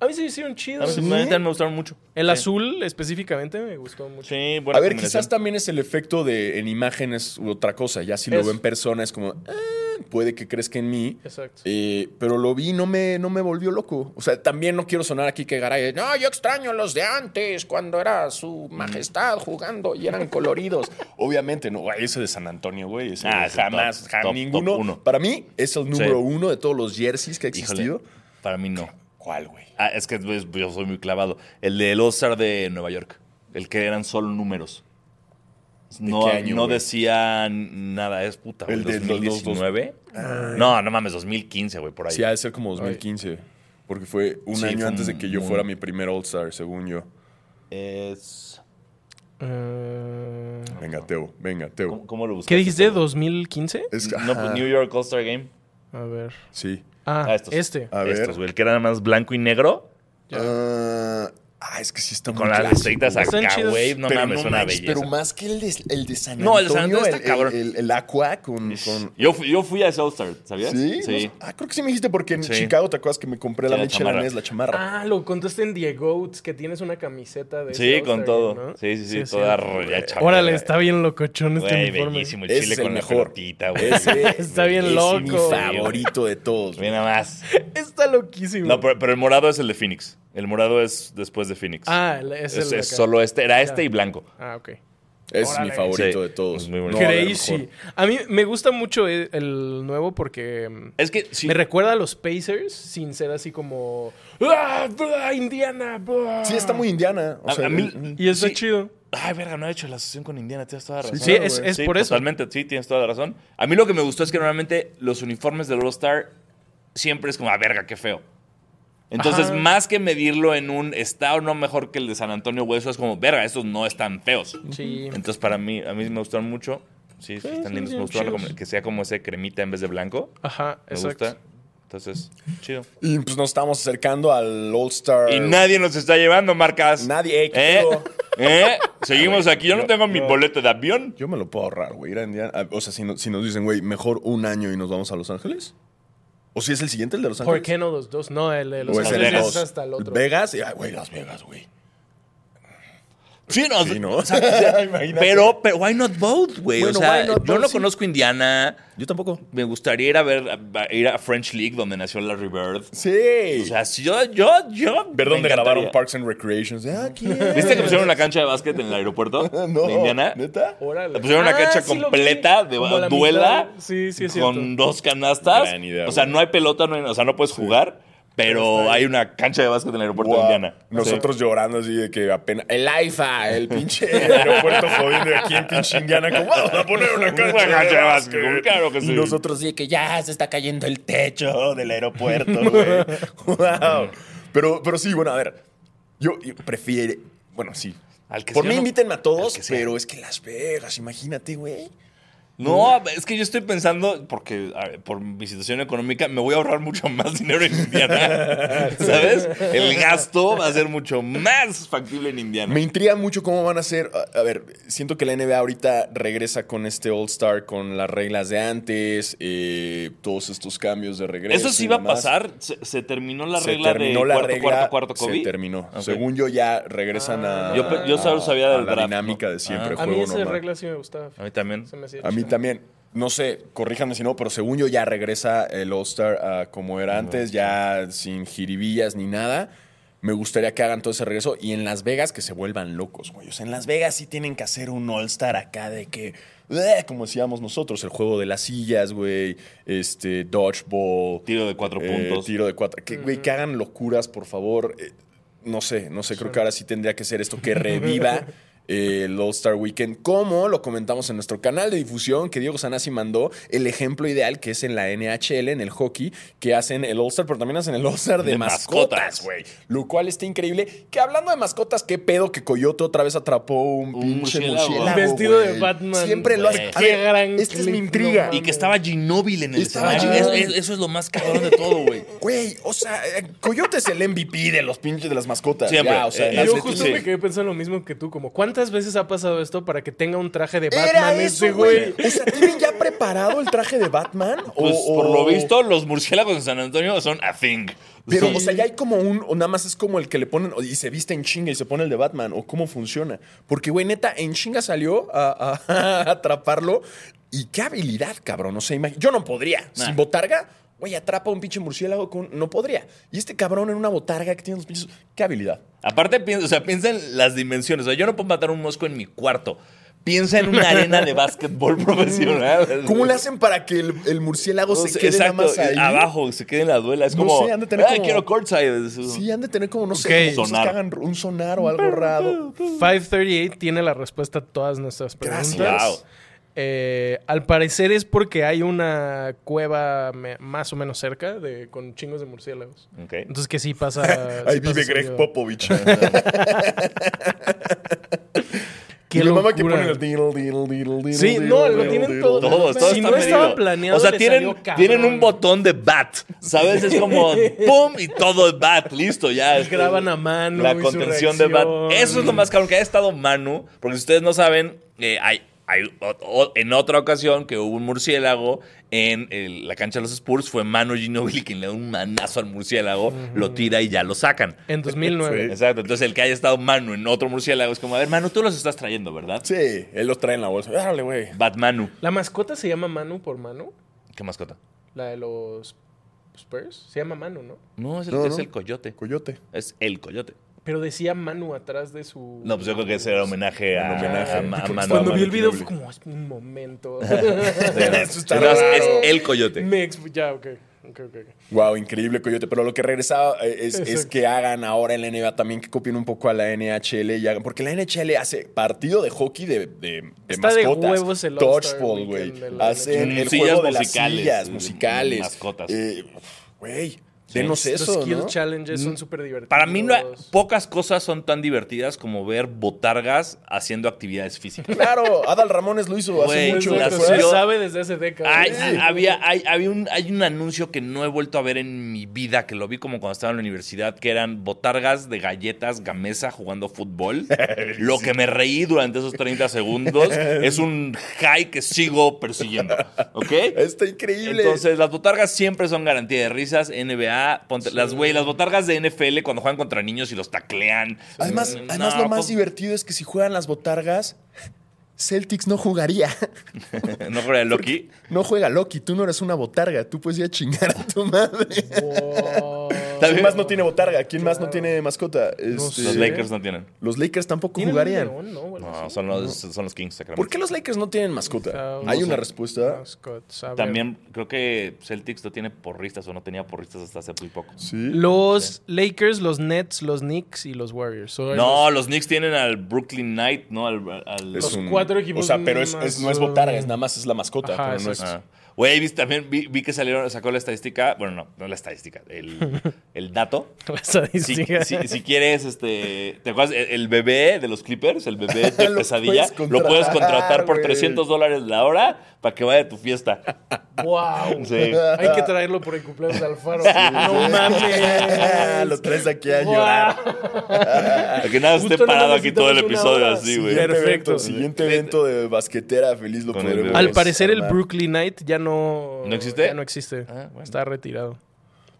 A mí se me hicieron chidos. A mí simplemente me gustaron mucho. El azul específicamente me gustó mucho. Sí, buena A ver, combinación. quizás también es el efecto de en imágenes u otra cosa. Ya si lo Eso. veo en persona es como, "Ah, puede que crezca en mí. Exacto. Eh, pero lo vi y no me, no me volvió loco. O sea, también no quiero sonar aquí que Garay. No, yo extraño los de antes, cuando era su majestad jugando y eran coloridos. <laughs> Obviamente, no, güey, ese de San Antonio, güey. ese Ah, ese jamás, top, ja- top, ninguno. top uno. Para mí es el número Sí. uno de todos los jerseys que ha Híjole, existido. para mí no. ¿Cuál, güey? Ah, es que pues, yo soy muy clavado. El de Ozar de Nueva York. El que eran solo números. No, qué año, no güey? decía nada, es puta. güey, El de los dos, dos. 2019. Ah. No, no mames, 2015, güey, por ahí. Sí, ha de ser como 2015. Porque fue un Sí, año fue antes de un- que yo un- fuera mi primer All-Star, según yo. Es- Eh, Venga, Teo, venga, Teo. ¿cómo, cómo lo buscaste? ¿Qué dijiste? ¿2015? Es que- No, pues, ajá, New York All-Star Game. A ver. Sí. Ah, Ah, estos. este. A ver. Estos, güey, el que era nada más blanco y negro. Ah, ah, es que sí está Con muy las clásico, estrellitas güey. acá, Están chidos. güey. No mames, una manches, belleza. Pero más que el de, el de San Antonio. No, el de San Antonio está el- cabrón. El, el Aqua con. con- Yo, fui, yo fui a ese All-Star, ¿sabías? ¿Sí? No sé. ah, creo que sí me dijiste porque en Sí. Chicago te acuerdas que me compré Sí, la la leche chamarra. la la chamarra. Ah, lo contaste en Diego Oats, que tienes una camiseta de. Sí, ese con All-Star todo. Game, ¿no? Sí, sí, sí, es toda cierto. recha. Órale, está bien locochón este Güey, uniforme. bellísimo. El Ese chile es el con la mejor. pelotita, güey. <laughs> Ese- <laughs> Está bien ese loco. Es mi favorito de todos. güey. Mira nada más. Está loquísimo. No, pero, pero el morado es el de Phoenix. El morado es después de Phoenix. Ah, el- es, es, el es acá. solo este. Era este Ya. y blanco. Ah, ok. Ese es mi Órale. Sí. favorito de todos. Es muy bonito. No, a ver, Crazy. mejor. A mí me gusta mucho e- el nuevo porque mm, Es que sí. me recuerda a los Pacers sin ser así como "Ah, blah, Indiana. blah". Sí, está muy indiana. O A- sea, a mí- el- y está sí. chido. Ay, verga, no he hecho la asociación con Indiana. Tienes toda la razón. Sí, claro, es, güey. es Sí, por eso. Totalmente, sí, tienes toda la razón. A mí lo que me gustó es que normalmente los uniformes del All-Star siempre es como, ah, verga, qué feo. Entonces, Ajá. más que medirlo en un está o no mejor que el de San Antonio Hueso, es como, verga, estos no están feos. Sí. Entonces, para mí, a mí me gustaron mucho. Sí, sí, están sí, lindos. sí, Me gustaron chidos. como- que sea como ese cremita en vez de blanco. Ajá, Me exacto. gusta. Entonces, chido. Y pues nos estamos acercando al All-Star. Y nadie nos está llevando, marcas. Nadie, eh, qué ¿Eh? digo. <laughs> ¿Eh? Seguimos aquí. Yo no tengo mi boleto de avión. Ah, Yo me lo puedo ahorrar, güey. Ir a Indiana. O sea, si, no- si nos dicen, güey, mejor un año y nos vamos a Los Ángeles. ¿O si es el siguiente, el de Los ¿Por Ángeles? qué no los dos? No, el de Los ¿O Pues, es el Ángeles de es los- hasta el otro. Vegas, y- ay, güey, Las Vegas, güey. Sí, no. Sí, <laughs> ¿no? o sea, <laughs> Imagínate. pero, pero, why not both, güey? Bueno, o sea, why not yo both, no sí. conozco Indiana. Yo tampoco. Me gustaría ir a ver, a- a ir a French League, donde nació Larry Bird. Sí. O sea, si yo, yo, yo. Ver me dónde grabaron encantaría. Parks and Recreations. Ah, aquí es. ¿Viste que <laughs> pusieron una cancha de básquet en el aeropuerto No, de Indiana? ¿Neta? Órale. Le pusieron una Ah, cancha sí lo vi. completa de Como la duela mitad. Sí, sí, es cierto. con dos canastas. Gran idea, o sea, güey. no hay pelota, no hay- o sea, no puedes jugar, pero hay una cancha de básquet en el aeropuerto Guau. de Indiana. Nosotros llorando así de que apenas. El AIFA, <laughs> el pinche aeropuerto jodido de aquí en pinche Indiana. Como vamos a poner una cancha, Una cancha de de básquet, básquet". claro que Y sí. nosotros sí de que ya se está cayendo el techo del <laughs> aeropuerto, güey. <laughs> wow. Pero, pero sí, bueno, a ver. Yo, yo prefiero. Bueno, sí. Al que Por sea, mí no- invítenme a todos, al que sea. pero es que Las Vegas, imagínate, güey. No, es que yo estoy pensando, porque a ver, por mi situación económica me voy a ahorrar mucho <laughs> más dinero en <laughs> Indiana. ¿Sabes? El gasto va a ser mucho más factible en Indiana. Me intriga mucho cómo van a ser. A, a ver, siento que la NBA ahorita regresa con este All-Star, con las reglas de antes, eh, todos estos cambios de regreso. Eso sí y va a demás. pasar. Se, se terminó la Se regla terminó de la cuarto, regla, cuarto, cuarto, Se COVID. terminó. Ok. Ah. Según yo, ya regresan a. Yo pe- yo solo a- sabía del a draft, La dinámica ¿no? Ah. de siempre, A juego mí esa normal. regla sí me gustaba. A mí también. Se me hacía A mí chida. también. No sé, corríjanme si no, pero según yo ya regresa el All-Star a como era antes, ya sin jiribillas ni nada. Me gustaría que hagan todo ese regreso y en Las Vegas que se vuelvan locos, güey. O sea, en Las Vegas sí tienen que hacer un All-Star acá de que, "Bleh", como decíamos nosotros, el juego de las sillas, güey, este, dodgeball. Tiro de cuatro eh, puntos. Tiro de cuatro. Que, güey, que hagan locuras, por favor. Eh, no sé, no sé, creo que ahora sí tendría que ser esto <laughs> que reviva eh, el All Star Weekend, como lo comentamos en nuestro canal de difusión que Diego Sanasi mandó, el ejemplo ideal que es en la NHL, en el hockey, que hacen el All Star, pero también hacen el All Star de, De mascotas. mascotas, güey. Lo cual está increíble. Que hablando de mascotas, qué pedo que Coyote otra vez atrapó un, Un pinche murciélago. murciélago. Vestido de güey. Batman, Siempre lo hace. güey. A ver, Qué gran esta es clip, mi no intriga. mames. Y que estaba Ginóbili en el Estaba escenario. Ginóbili. Es- es- eso es lo más cabrón de todo, <laughs> güey. Güey, o sea, eh, Coyote es el MVP de los pinches de las mascotas. Siempre. Ya, o sea, Eh, en Yo Atletismo. justo atletismo. me quedé pensando lo mismo que tú, como ¿cuántas veces ha pasado esto para que tenga un traje de Era Batman eso, este güey. güey? O sea, ¿tienen ya preparado el traje de Batman? Pues O- por o- lo visto, los murciélagos de San Antonio son a thing. Pero, Sí. o sea, ya hay como un. O nada más es como el que le ponen. o- Y se viste en chinga y se pone el de Batman. O cómo funciona. Porque, güey, neta, en chinga salió a, <laughs> a- a atraparlo. Y qué habilidad, cabrón. O sea, imagi- yo no podría. Nah. Sin botarga, güey, atrapa a un pinche murciélago con. No podría. Y este cabrón en una botarga que tiene los pinches. Qué habilidad. Aparte, piensa, o sea, piensa en las dimensiones. O sea, yo no puedo matar un mosco en mi cuarto. Piensa en <laughs> una arena de básquetbol profesional. Mm. ¿Cómo le hacen para que el, el murciélago se Entonces, quede nada exacto, más ahí? abajo, se quede en la duela. Es No como, sé, han de tener "Ah, como- quiero courtside. Es- Sí, han de tener como, no Ok. sé, como cosas que Sonar. hagan un sonar o algo raro. 538 tiene la respuesta a todas nuestras preguntas. Gracias. Wow. Eh, al parecer es porque hay una cueva me- más o menos cerca de, con chingos de murciélagos. Ok. Entonces que sí <laughs> pasa. Ahí sí pasa vive Greg <laughs> seguido. Popovich. Qué y la mamá que locura. pone el diddle, diddle, diddle, diddle, Sí, diddle, no, lo diddle, tienen diddle, todo. diddle. Todos, todos Si están no estaba medidos. planeado, O sea, le tienen, salió cabrón. tienen un botón de bat, ¿sabes? Es <laughs> como pum y todo es bat, listo, ya. Este, Graban a mano La y su contención de bat. reacción. Eso es lo más cabrón que ha estado Manu, porque si ustedes no saben, eh, hay, hay o- o- en otra ocasión que hubo un murciélago en el- la cancha de los Spurs, fue Manu Ginobili quien le da un manazo al murciélago, lo tira y ya lo sacan. <laughs> En 2009. Exacto, entonces el que haya estado Manu en otro murciélago es como, a ver, Manu, tú los estás trayendo, ¿verdad? Sí, él los trae en la bolsa. Dale, güey. Batmanu. La mascota se llama Manu por Manu. ¿Qué mascota? La de los Spurs. Se llama Manu, ¿no? No, es el, No, es no. el coyote. Coyote. Es el coyote. Pero decía Manu atrás de su. Ah, No, pues yo creo que ese era homenaje a, Un homenaje. a, Ma- a Manu. Cuando a vi el Manu video Ginóbili. fue como, es un <laughs> momento. <laughs> Eso está Entonces, es raro. el coyote. Me exp- ya, ok. Ok, ok, ok. Wow, increíble Coyote. Pero lo que regresaba eh, es, es Exacto. que hagan ahora en la NBA también que copien un poco a la NHL y hagan. Porque la NHL hace partido de hockey de, de, de Está de mascotas. huevos el All-Star Dodgeball, güey. Weekend de la Hacen NHL. el Sillas juego de las musicales, sillas de- musicales. mascotas. Eh, Güey. Denos eso, Los skill ¿no? Mm. challenges son Pues súper divertidos. Para mí, no, pocas cosas son tan divertidas como ver botargas haciendo actividades físicas. Claro, Adal Ramones lo hizo Güey, hace mucho. la ¿te suyo- acuerdas? Se sabe desde hace décadas. <laughs> Ay, a- Ah, había, hay, había un, hay un anuncio que no he vuelto a ver en mi vida, que lo vi como cuando estaba en la universidad, que eran botargas de galletas gamesa jugando <laughs> fútbol. lo que me reí durante esos 30 <laughs> segundos es un high que sigo persiguiendo. ¿Ok? Está increíble. Entonces, las botargas siempre son garantía de risas. NBA, ponte- las güey, las botargas de NFL cuando juegan contra niños y los taclean. además, Mm, además no, lo más pues, divertido es que si juegan las botargas, Celtics no jugaría. No fuera de <laughs> Loki. No juega Loki, tú no eres una botarga, tú puedes ir a chingar a tu <laughs> madre. <laughs> ¿Quién más no tiene botarga? ¿Quién más no tiene mascota? Este, Los Sí. Lakers no tienen. los Lakers tampoco ¿Tienen un jugarían. león, no? O algo No, así. son los, son los Kings. Sacramento. ¿Por qué los Lakers no tienen mascota? Ah, No Hay sé. Ah, una respuesta. Mascots, a ver. También creo que Celtics no tiene porristas o no tenía porristas hasta hace muy poco. Sí. Los Lakers, los Nets, los Knicks y los Warriors. Son No, los Knicks tienen al Brooklyn Knight, ¿no? Al, al- este, Es Los cuatro equipos O sea, pero es- más, es- no es botarga, eh, es nada más es la mascota. ajá, pero no es- <laughs> exacto. Ah. Güey, ¿viste? también vi, vi que salieron, sacó la estadística. Bueno, no, no la estadística, <laughs> el, el dato. <laughs> La Si, estadística. si- si quieres, este. ¿Te acuerdas? El, el bebé de los Clippers, el bebé de <laughs> Lo pesadilla, puedes lo puedes contratar contratar, por güey. 300 dólares la hora para que vaya a tu <laughs> fiesta. ¡Wow! Sí. Hay que traerlo por el cumpleaños de Alfaro. ¡No <laughs> mames! lo traes aquí a llorar. Para que nada esté Justo nada parado más aquí todo el necesitamos una episodio hora. así, güey. Siguiente Perfecto. evento, siguiente evento de basquetera feliz lo Con el podremos. bebé. Al parecer el armar. Brooklyn Knight ya no... ¿No existe? Ya no existe. Ah, bueno. Está retirado.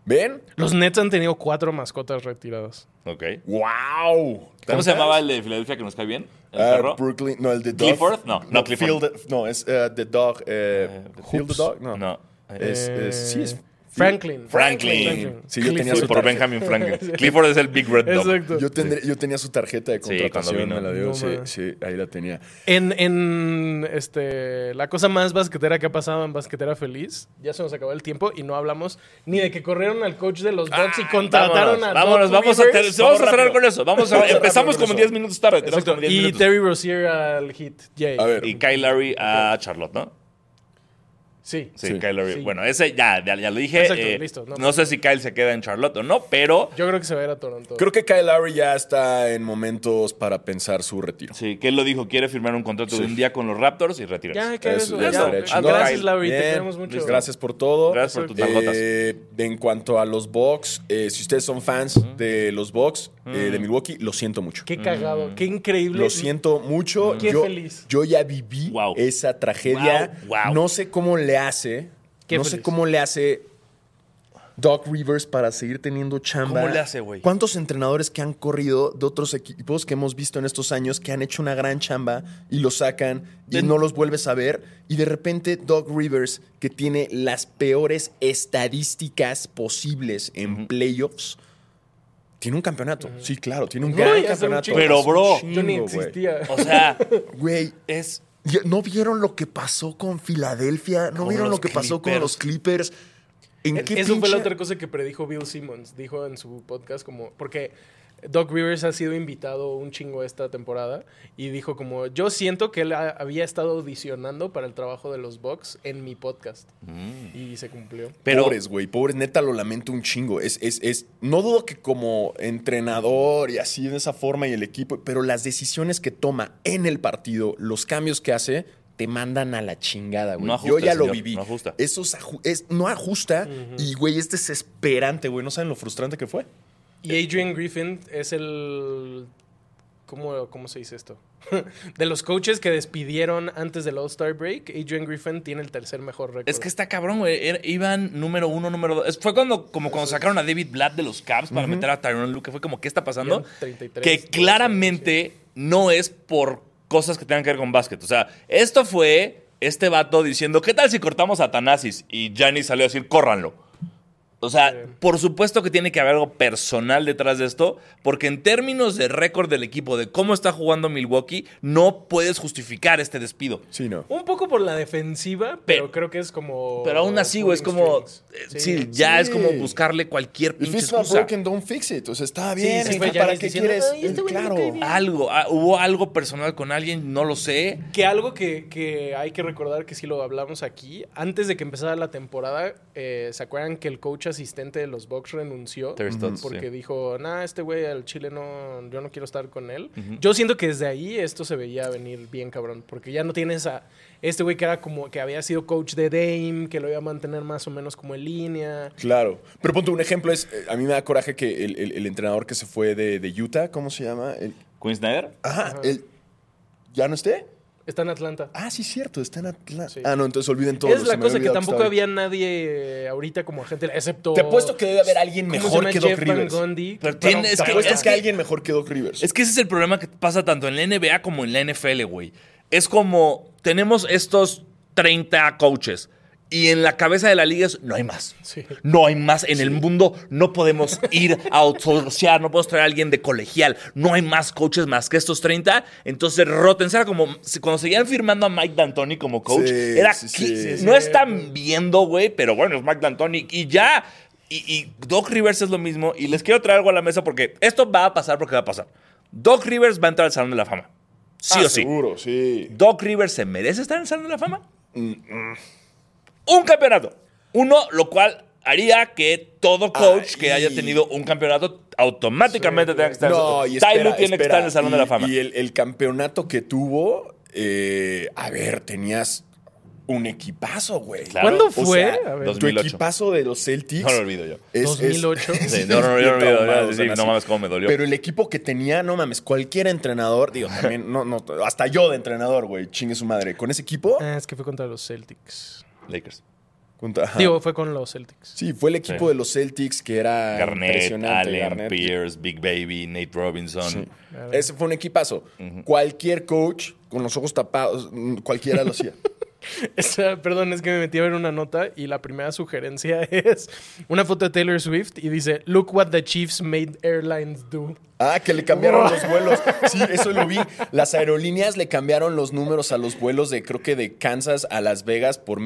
¿Ven? Los Nets han tenido cuatro mascotas retiradas. Ok. ¡Wow! ¿Cómo se llamaba el de Filadelfia que nos cae bien? El Ah, perro. Brooklyn, no, el de Dog. Clifford? No, no, Clifford. Field- no, es eh, The Dog. eh, Field the Hoops. Dog? No. Eh, No. Es, es- sí, es- Franklin. Franklin. Sí, yo tenía Sí, su por tarjeta. Benjamin <laughs> Franklin. Clifford es el Big Red Dog. Exacto. Yo, tendré- yo tenía su tarjeta de Sí, contratación. cuando vino. me la dio, No, sí, man. sí, ahí la tenía. En, en este, la cosa más basquetera que ha pasado en Basquetera Feliz, ya se nos acabó el tiempo y no hablamos ni de que corrieron al coach de los Bucks y contrataron Vámonos, a vámonos, Doc vamos a, Rivers. ter- vamos a cerrar Ah, rápido. con eso. Vamos a- <laughs> Vamos rápido empezamos con como eso. 10 minutos tarde. Tenemos como Exacto. 10 Y minutos. Terry Rozier al hit. Yay. A ver. Y Kyle Lowry a Charlotte, ¿no? Sí. Sí, Sí. Kyle Lowry. Sí. Bueno, ese ya, ya, ya lo dije. Exacto, eh, listo, no, no. sé si Kyle se queda en Charlotte o no, pero Yo creo que se va a ir a Toronto. Creo que Kyle Lowry ya está en momentos para pensar su retiro. sí, que él lo dijo, quiere firmar un contrato de un día con los Raptors y retirarse. ya, que Eso eso. ya ya. estaría chingón. Gracias, Larry. Bien, Te queremos mucho. listo. Gracias por todo. Gracias por tus Eh, nalgotas. en cuanto a los Bucks, eh, si ustedes son fans de los Bucks, eh, Mm. de Milwaukee, lo siento mucho. Qué cagado. Qué increíble. Mm, Lo siento mucho. Qué yo, feliz. Yo ya viví Mm. Wow. esa tragedia. Wow, wow. No sé cómo le hace. Qué no sé feliz. cómo le hace Doc Rivers para seguir teniendo chamba. ¿Cómo le hace, güey? ¿Cuántos entrenadores que han corrido de otros equipos que hemos visto en estos años que han hecho una gran chamba y los sacan y De- no los vuelves a ver? Y de repente Doc Rivers, que tiene las peores estadísticas posibles en playoffs, tiene un campeonato. Sí, claro, tiene un Uy, gran hace un campeonato. chingo. Pero, bro, Yo ni Chingo, güey. existía. O sea, Güey, es ya- ¿no vieron lo que pasó con Filadelfia? ¿No Con vieron lo los que pasó con Clippers. los Clippers? ¿En qué Eso fue pinche- la otra cosa que predijo Bill Simmons. Dijo en su podcast como... Porque Doc Rivers ha sido invitado un chingo esta temporada. Y dijo como... Yo siento que él ha- había estado audicionando para el trabajo de los Bucks en mi podcast. Mm. Y se cumplió. Pero- Pobres, güey, pobres, neta lo lamento un chingo. Es, es, es, no dudo que como entrenador y así de esa forma y el equipo, pero las decisiones que toma en el partido, los cambios que hace, te mandan a la chingada, güey. No ajusta, Yo ya lo señor, viví. no ajusta. Esos aju- es, no ajusta y, güey, este es desesperante, güey. No saben lo frustrante que fue. Y Adrian Griffin es el... ¿Cómo, cómo se dice esto? <laughs> de los coaches que despidieron antes del All-Star Break, Adrian Griffin tiene el tercer mejor récord. Es que está cabrón, güey. Era- Iban número uno, número dos. Es- Fue cuando, como cuando sacaron a David Blatt de los Cavs para meter a Tyron Luke. Fue como, ¿qué está pasando? Iban 33, que 12, claramente no es por cosas que tengan que ver con básquet. O sea, esto fue este vato diciendo, ¿qué tal si cortamos a Tanasis? Y Gianni salió a decir, córranlo. O sea, por supuesto que tiene que haber algo personal detrás de esto, porque en términos de récord del equipo, de cómo está jugando Milwaukee, no puedes justificar este despido. Sí, no. Un poco por la defensiva, pero, Pero- creo que es como... Pero aún así, güey, es pulling como. eh, strings. Sí, ya es Sí. como buscarle cualquier If pinche it's not excusa. broken, don't fix it. O sea, está Sí, bien. sí, es que fue ¿Para Giannis qué diciendo, quieres? "Ay, este güey me claro. cae bien". Algo, ah, hubo algo personal con alguien, no lo sé. Que algo que, que hay que recordar que si lo hablamos aquí, antes de que empezara la temporada, eh, ¿se acuerdan que el coach asistente de los Bucks renunció Terry Stotts, porque sí. dijo, nah, este güey al Chile no, yo no quiero estar con él. Yo siento que desde ahí esto se veía venir bien cabrón, porque ya no tienes a este güey que era como que había sido coach de Dame, que lo iba a mantener más o menos como en línea. Claro. Pero ponte un ejemplo, es, eh, a mí me da coraje que el, el- el entrenador que se fue de, de Utah, ¿cómo se llama? El- ¿Queen Snyder? ajá, el- ¿Ya no esté? Está en Atlanta. Ah, sí, cierto, está en Atlanta. Sí. Ah, no, entonces olviden todo. es se la me cosa que olvidado tampoco estaba ahí. había nadie eh, ahorita como agente, excepto... Te apuesto que debe haber alguien ¿cómo se mejor llama? que Doc Jeff Van Rivers. Gundy. Pero tiene- es Te que- apuesto es que que- alguien mejor que Doc Rivers. Es que ese es el problema que pasa tanto en la NBA como en la NFL, güey. Es como tenemos estos 30 coaches y en la cabeza de la liga es no hay más. Sí. No hay más en el mundo, no podemos ir a outsourcear, no podemos traer a alguien de colegial, no hay más coaches más que estos 30. Entonces, rótense, era como si- cuando seguían firmando a Mike D'Antoni como coach, Sí, era sí, que- sí, sí. no están viendo, güey, pero bueno, es Mike D'Antoni y ya. Y, y Doc Rivers es lo mismo. Y les quiero traer algo a la mesa porque esto va a pasar porque va a pasar. Doc Rivers va a entrar al Salón de la Fama. Sí Ah, o sí. Seguro, sí. Doc Rivers se merece estar en el Salón de la Fama. Mm, Un campeonato. Uno, lo cual haría que todo coach Ah, que y- haya tenido un campeonato automáticamente tenga que estar No, en y el Ty espera, Lue tiene que espera. estar en el Salón de la Y- Fama. Y el, el campeonato que tuvo, eh, a ver, tenías un equipazo, güey. Claro. ¿Cuándo O sea, fue? A ver. tu 2008. equipazo de los Celtics. <laughs> No lo olvido yo. es- es- 2008. <laughs> Sí, no, no, no, yo no olvido, Traumado, yo no- o sí, sea, no así. mames, cómo me dolió. Pero el equipo que tenía, no mames, cualquier <laughs> entrenador, digo, también, no, no, hasta yo de entrenador, güey, chingue su madre. Con ese equipo, Ah, es que fue contra los Celtics. Lakers. contra- ajá. Digo, fue con los <laughs> Celtics. sí, fue el equipo Sí. de los Celtics que era Garnett, Ah, impresionante. Allen, Garnett. Pierce, Big Baby, Nate Robinson. Sí. Ese fue un equipazo. Cualquier coach con los ojos tapados, mm, cualquiera <laughs> lo hacía. Esa- perdón, es que me metí a ver una nota y la primera sugerencia <laughs> es una foto de Taylor Swift y dice, look what the Chiefs made airlines do. Ah, que le cambiaron <laughs> los vuelos. Sí, eso lo vi. Las aerolíneas le cambiaron los números a los vuelos de, creo que de Kansas a Las Vegas por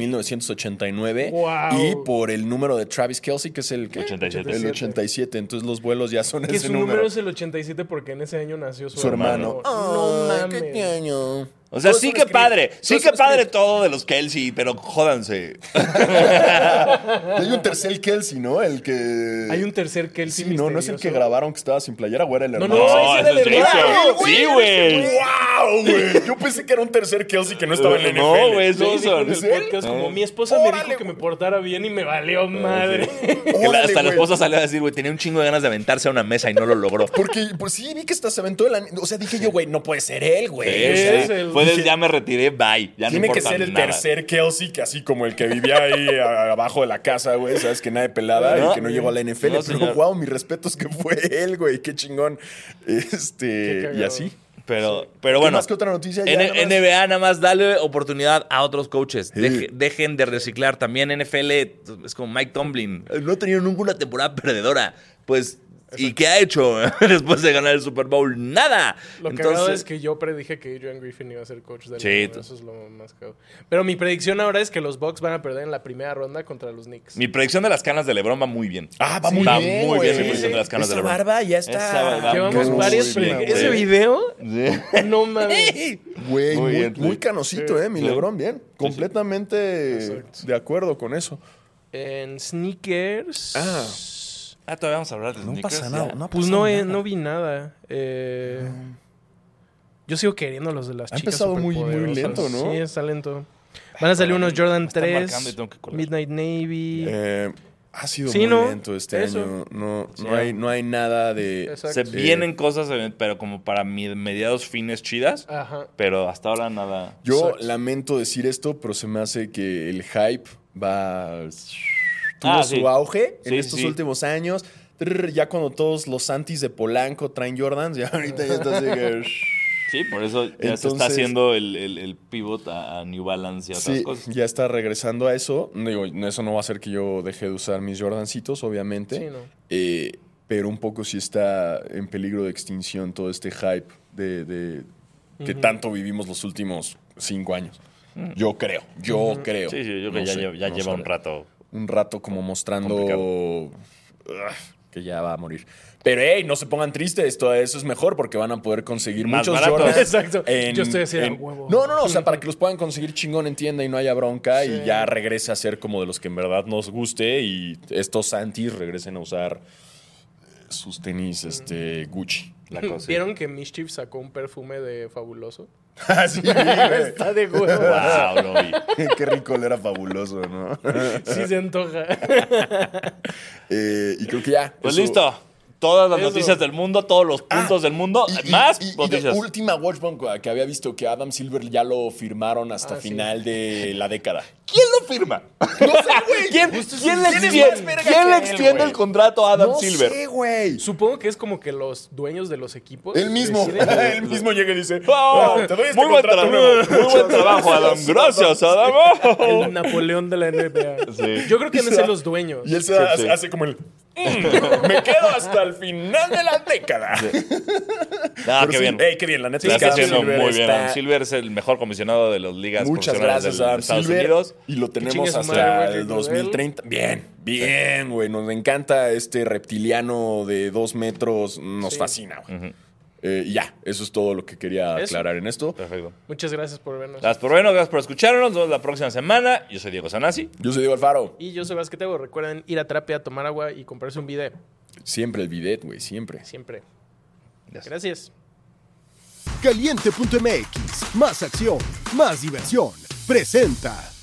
1989. Wow. Y por el número de Travis Kelsey, que es el ¿qué? 87. El 87. Entonces los vuelos ya son Que ese su número. número. es el 87 porque en ese año nació su, Su hermano. No Ay, qué mames. <laughs> ñoño. O sea, Todo es sí un que script. padre. Todo Sí es que un padre script. todo de los Kelsey, pero jódanse. Hay un tercer Kelsey, ¿no? El que. Hay un tercer Kelsey Sí, no, no es el que misterioso. grabaron que estaba sin playera, güey, era el hermano. No, No, ese era eso es el hermano, Jason. güey, Sí, ese güey. ¡Wow, güey! Yo pensé que era un tercer Kelsey que no estaba en la NFL. No, güey, es Lo dijo Jason. en el ¿Es él? podcast, Eh. como mi esposa me Órale, dijo que me portara bien y me Ah, valió madre. Que la- hasta la güey. esposa salió a decir, güey, tenía un chingo de ganas de aventarse a una mesa y no lo logró. Porque, pues sí, vi que hasta se aventó el an- O sea, dije yo, güey, no puede ser él, güey. Sí, sí. O sea, es el- Fue del ya me retiré, bye. Ya no Tiene que importa ser el nada. tercer Kelsey, que así como el que vivía ahí a- abajo de la casa, güey, sabes que nadie pelada No. y que no llegó a la NFL. No, pero señor. wow, mis respetos que fue él, güey, qué chingón. Qué Este, cagado. y así. Pero, pero ¿Qué bueno. más que otra noticia ya, N- nada más? NBA nada más dale oportunidad a otros coaches. Sí. Deje- dejen de reciclar. También NFL es como Mike Tomlin. Eh, No ha tenido ninguna temporada perdedora. Pues, ¿y qué ha hecho <laughs> después de ganar el Super Bowl? Nada. Lo que cagado es que yo predije que Adrian Griffin iba a ser coach del Sí, año, tú- Eso es lo más cagado. Pero mi predicción ahora es que los Bucks van a perder en la primera ronda contra los Knicks. Mi predicción de las canas de LeBron va muy bien. Ah, va muy Va bien. muy güey. bien mi predicción de las canas Esa de LeBron. barba ya Esa está. barba Llevamos muy varias bien, predicciones. güey. Ese video, <laughs> no mames. Sí. Güey, Muy muy, bien, muy sí. canosito, ¿eh? Mi Sí. Lebrón, bien. Completamente Exacto. de acuerdo con eso. En sneakers. Ah. Ah, todavía vamos a hablar de sneakers, ya. Pues no, eh, no vi nada. Eh, yo sigo queriendo los de las Ha chicas. empezado muy- muy superpoderosas. lento, ¿no? Sí, está lento. Van a salir unos me Jordan están marcando y 3, tengo que colgar. Midnight Navy. Eh, ha sido Sí, muy ¿no? lento este Eso. año. No, no, hay, no hay nada de. Exacto. Se vienen cosas, eh, pero como para mi- mediados fines chidas. Ajá. Pero hasta ahora nada. Yo Exacto. lamento decir esto, pero se me hace que el hype va. Tuvo Ah, su sí. auge en Sí, estos sí. últimos años. Trrr, Ya cuando todos los antis de Polanco traen Jordans, ya <laughs> ahorita ya está así que- Sí, por eso ya se está Entonces- haciendo el, el- el pivot a, a New Balance <laughs> y a otras Sí, cosas. ya está regresando a eso. Digo, eso no va a hacer que yo deje de usar mis Jordancitos, obviamente. Sí, no. Eh, pero un poco sí está en peligro de extinción todo este hype de, de- que tanto vivimos los últimos cinco años. Yo creo, yo creo. Mm. Sí, sí, yo creo que No ya, sé, lleva- ya no lleva un sabe. rato. Un rato como mostrando. Complicado. Ugh, que ya va a morir. Pero hey, no se pongan tristes, todo eso es mejor porque van a poder conseguir Más muchos baratos. Jordans. Exacto. Yo estoy así de en- huevo. No, no, no, o sea, para que los puedan conseguir chingón en tienda y no haya bronca y ya regrese a ser como de los que en verdad nos guste y estos Santis regresen a usar sus tenis este Gucci. La <laughs> cosa. ¿Vieron que Mischief sacó un perfume de fabuloso? Así, <laughs> güey. Está de huevo. Wow, lo vi. <laughs> Qué rico era fabuloso, <laughs> ¿no? Sí se antoja. <laughs> Eh, y creo que ya. Pues eso- Ah, listo. Todas las Eso. noticias del mundo, todos los puntos del mundo, Y- y- Ah, más y- y noticias. la última Watch Bunker que había visto que Adam Silver ya lo firmaron hasta Ah, sí. final de la década. ¿Quién lo firma? <laughs> No sé, güey. ¿Quién, Justo es- quién le ¿quién es más extiende, verga quién le que él, extiende güey? el contrato a Adam no Silver? sé, güey. Supongo que es como que los dueños de los equipos. Él mismo. deciden- <laughs> Él mismo llega y dice: Oh, "Ah, Te doy este muy, buen contrato tra- nuevo". muy buen trabajo, <laughs> Adam. Gracias, Adam. <laughs> Oh. El Napoleón de la NBA. Sí. Yo creo que <laughs> han de ser los Y él dueños. se da- Sí, sí. hace como el. "Mm, me quedo hasta el final de la década. Ah, Pero qué sí, bien. ey, qué bien, la neta La es que está Adam haciendo Silver muy bien. está- Adam Silver es el mejor comisionado de las ligas Muchas profesionales gracias del- de a Estados Silver. Unidos. Y lo tenemos chingue su hasta madre, güey, el Rick 2030. Bien, bien, güey. Nos encanta este reptiliano de dos metros. Nos fascina, güey. Eh, y ya, eso es todo lo que quería Eso. aclarar en esto. Perfecto. Muchas gracias por vernos. Gracias por vernos, gracias por escucharnos. Nos vemos la próxima semana. Yo soy Diego Sanasi. Yo soy Diego Alfaro. Y yo soy Vasquetebo. Recuerden ir a terapia, tomar agua y comprarse un bidet. Siempre el bidet, güey, siempre. Siempre. Gracias. Gracias. Caliente.mx, más acción, más diversión. Presenta.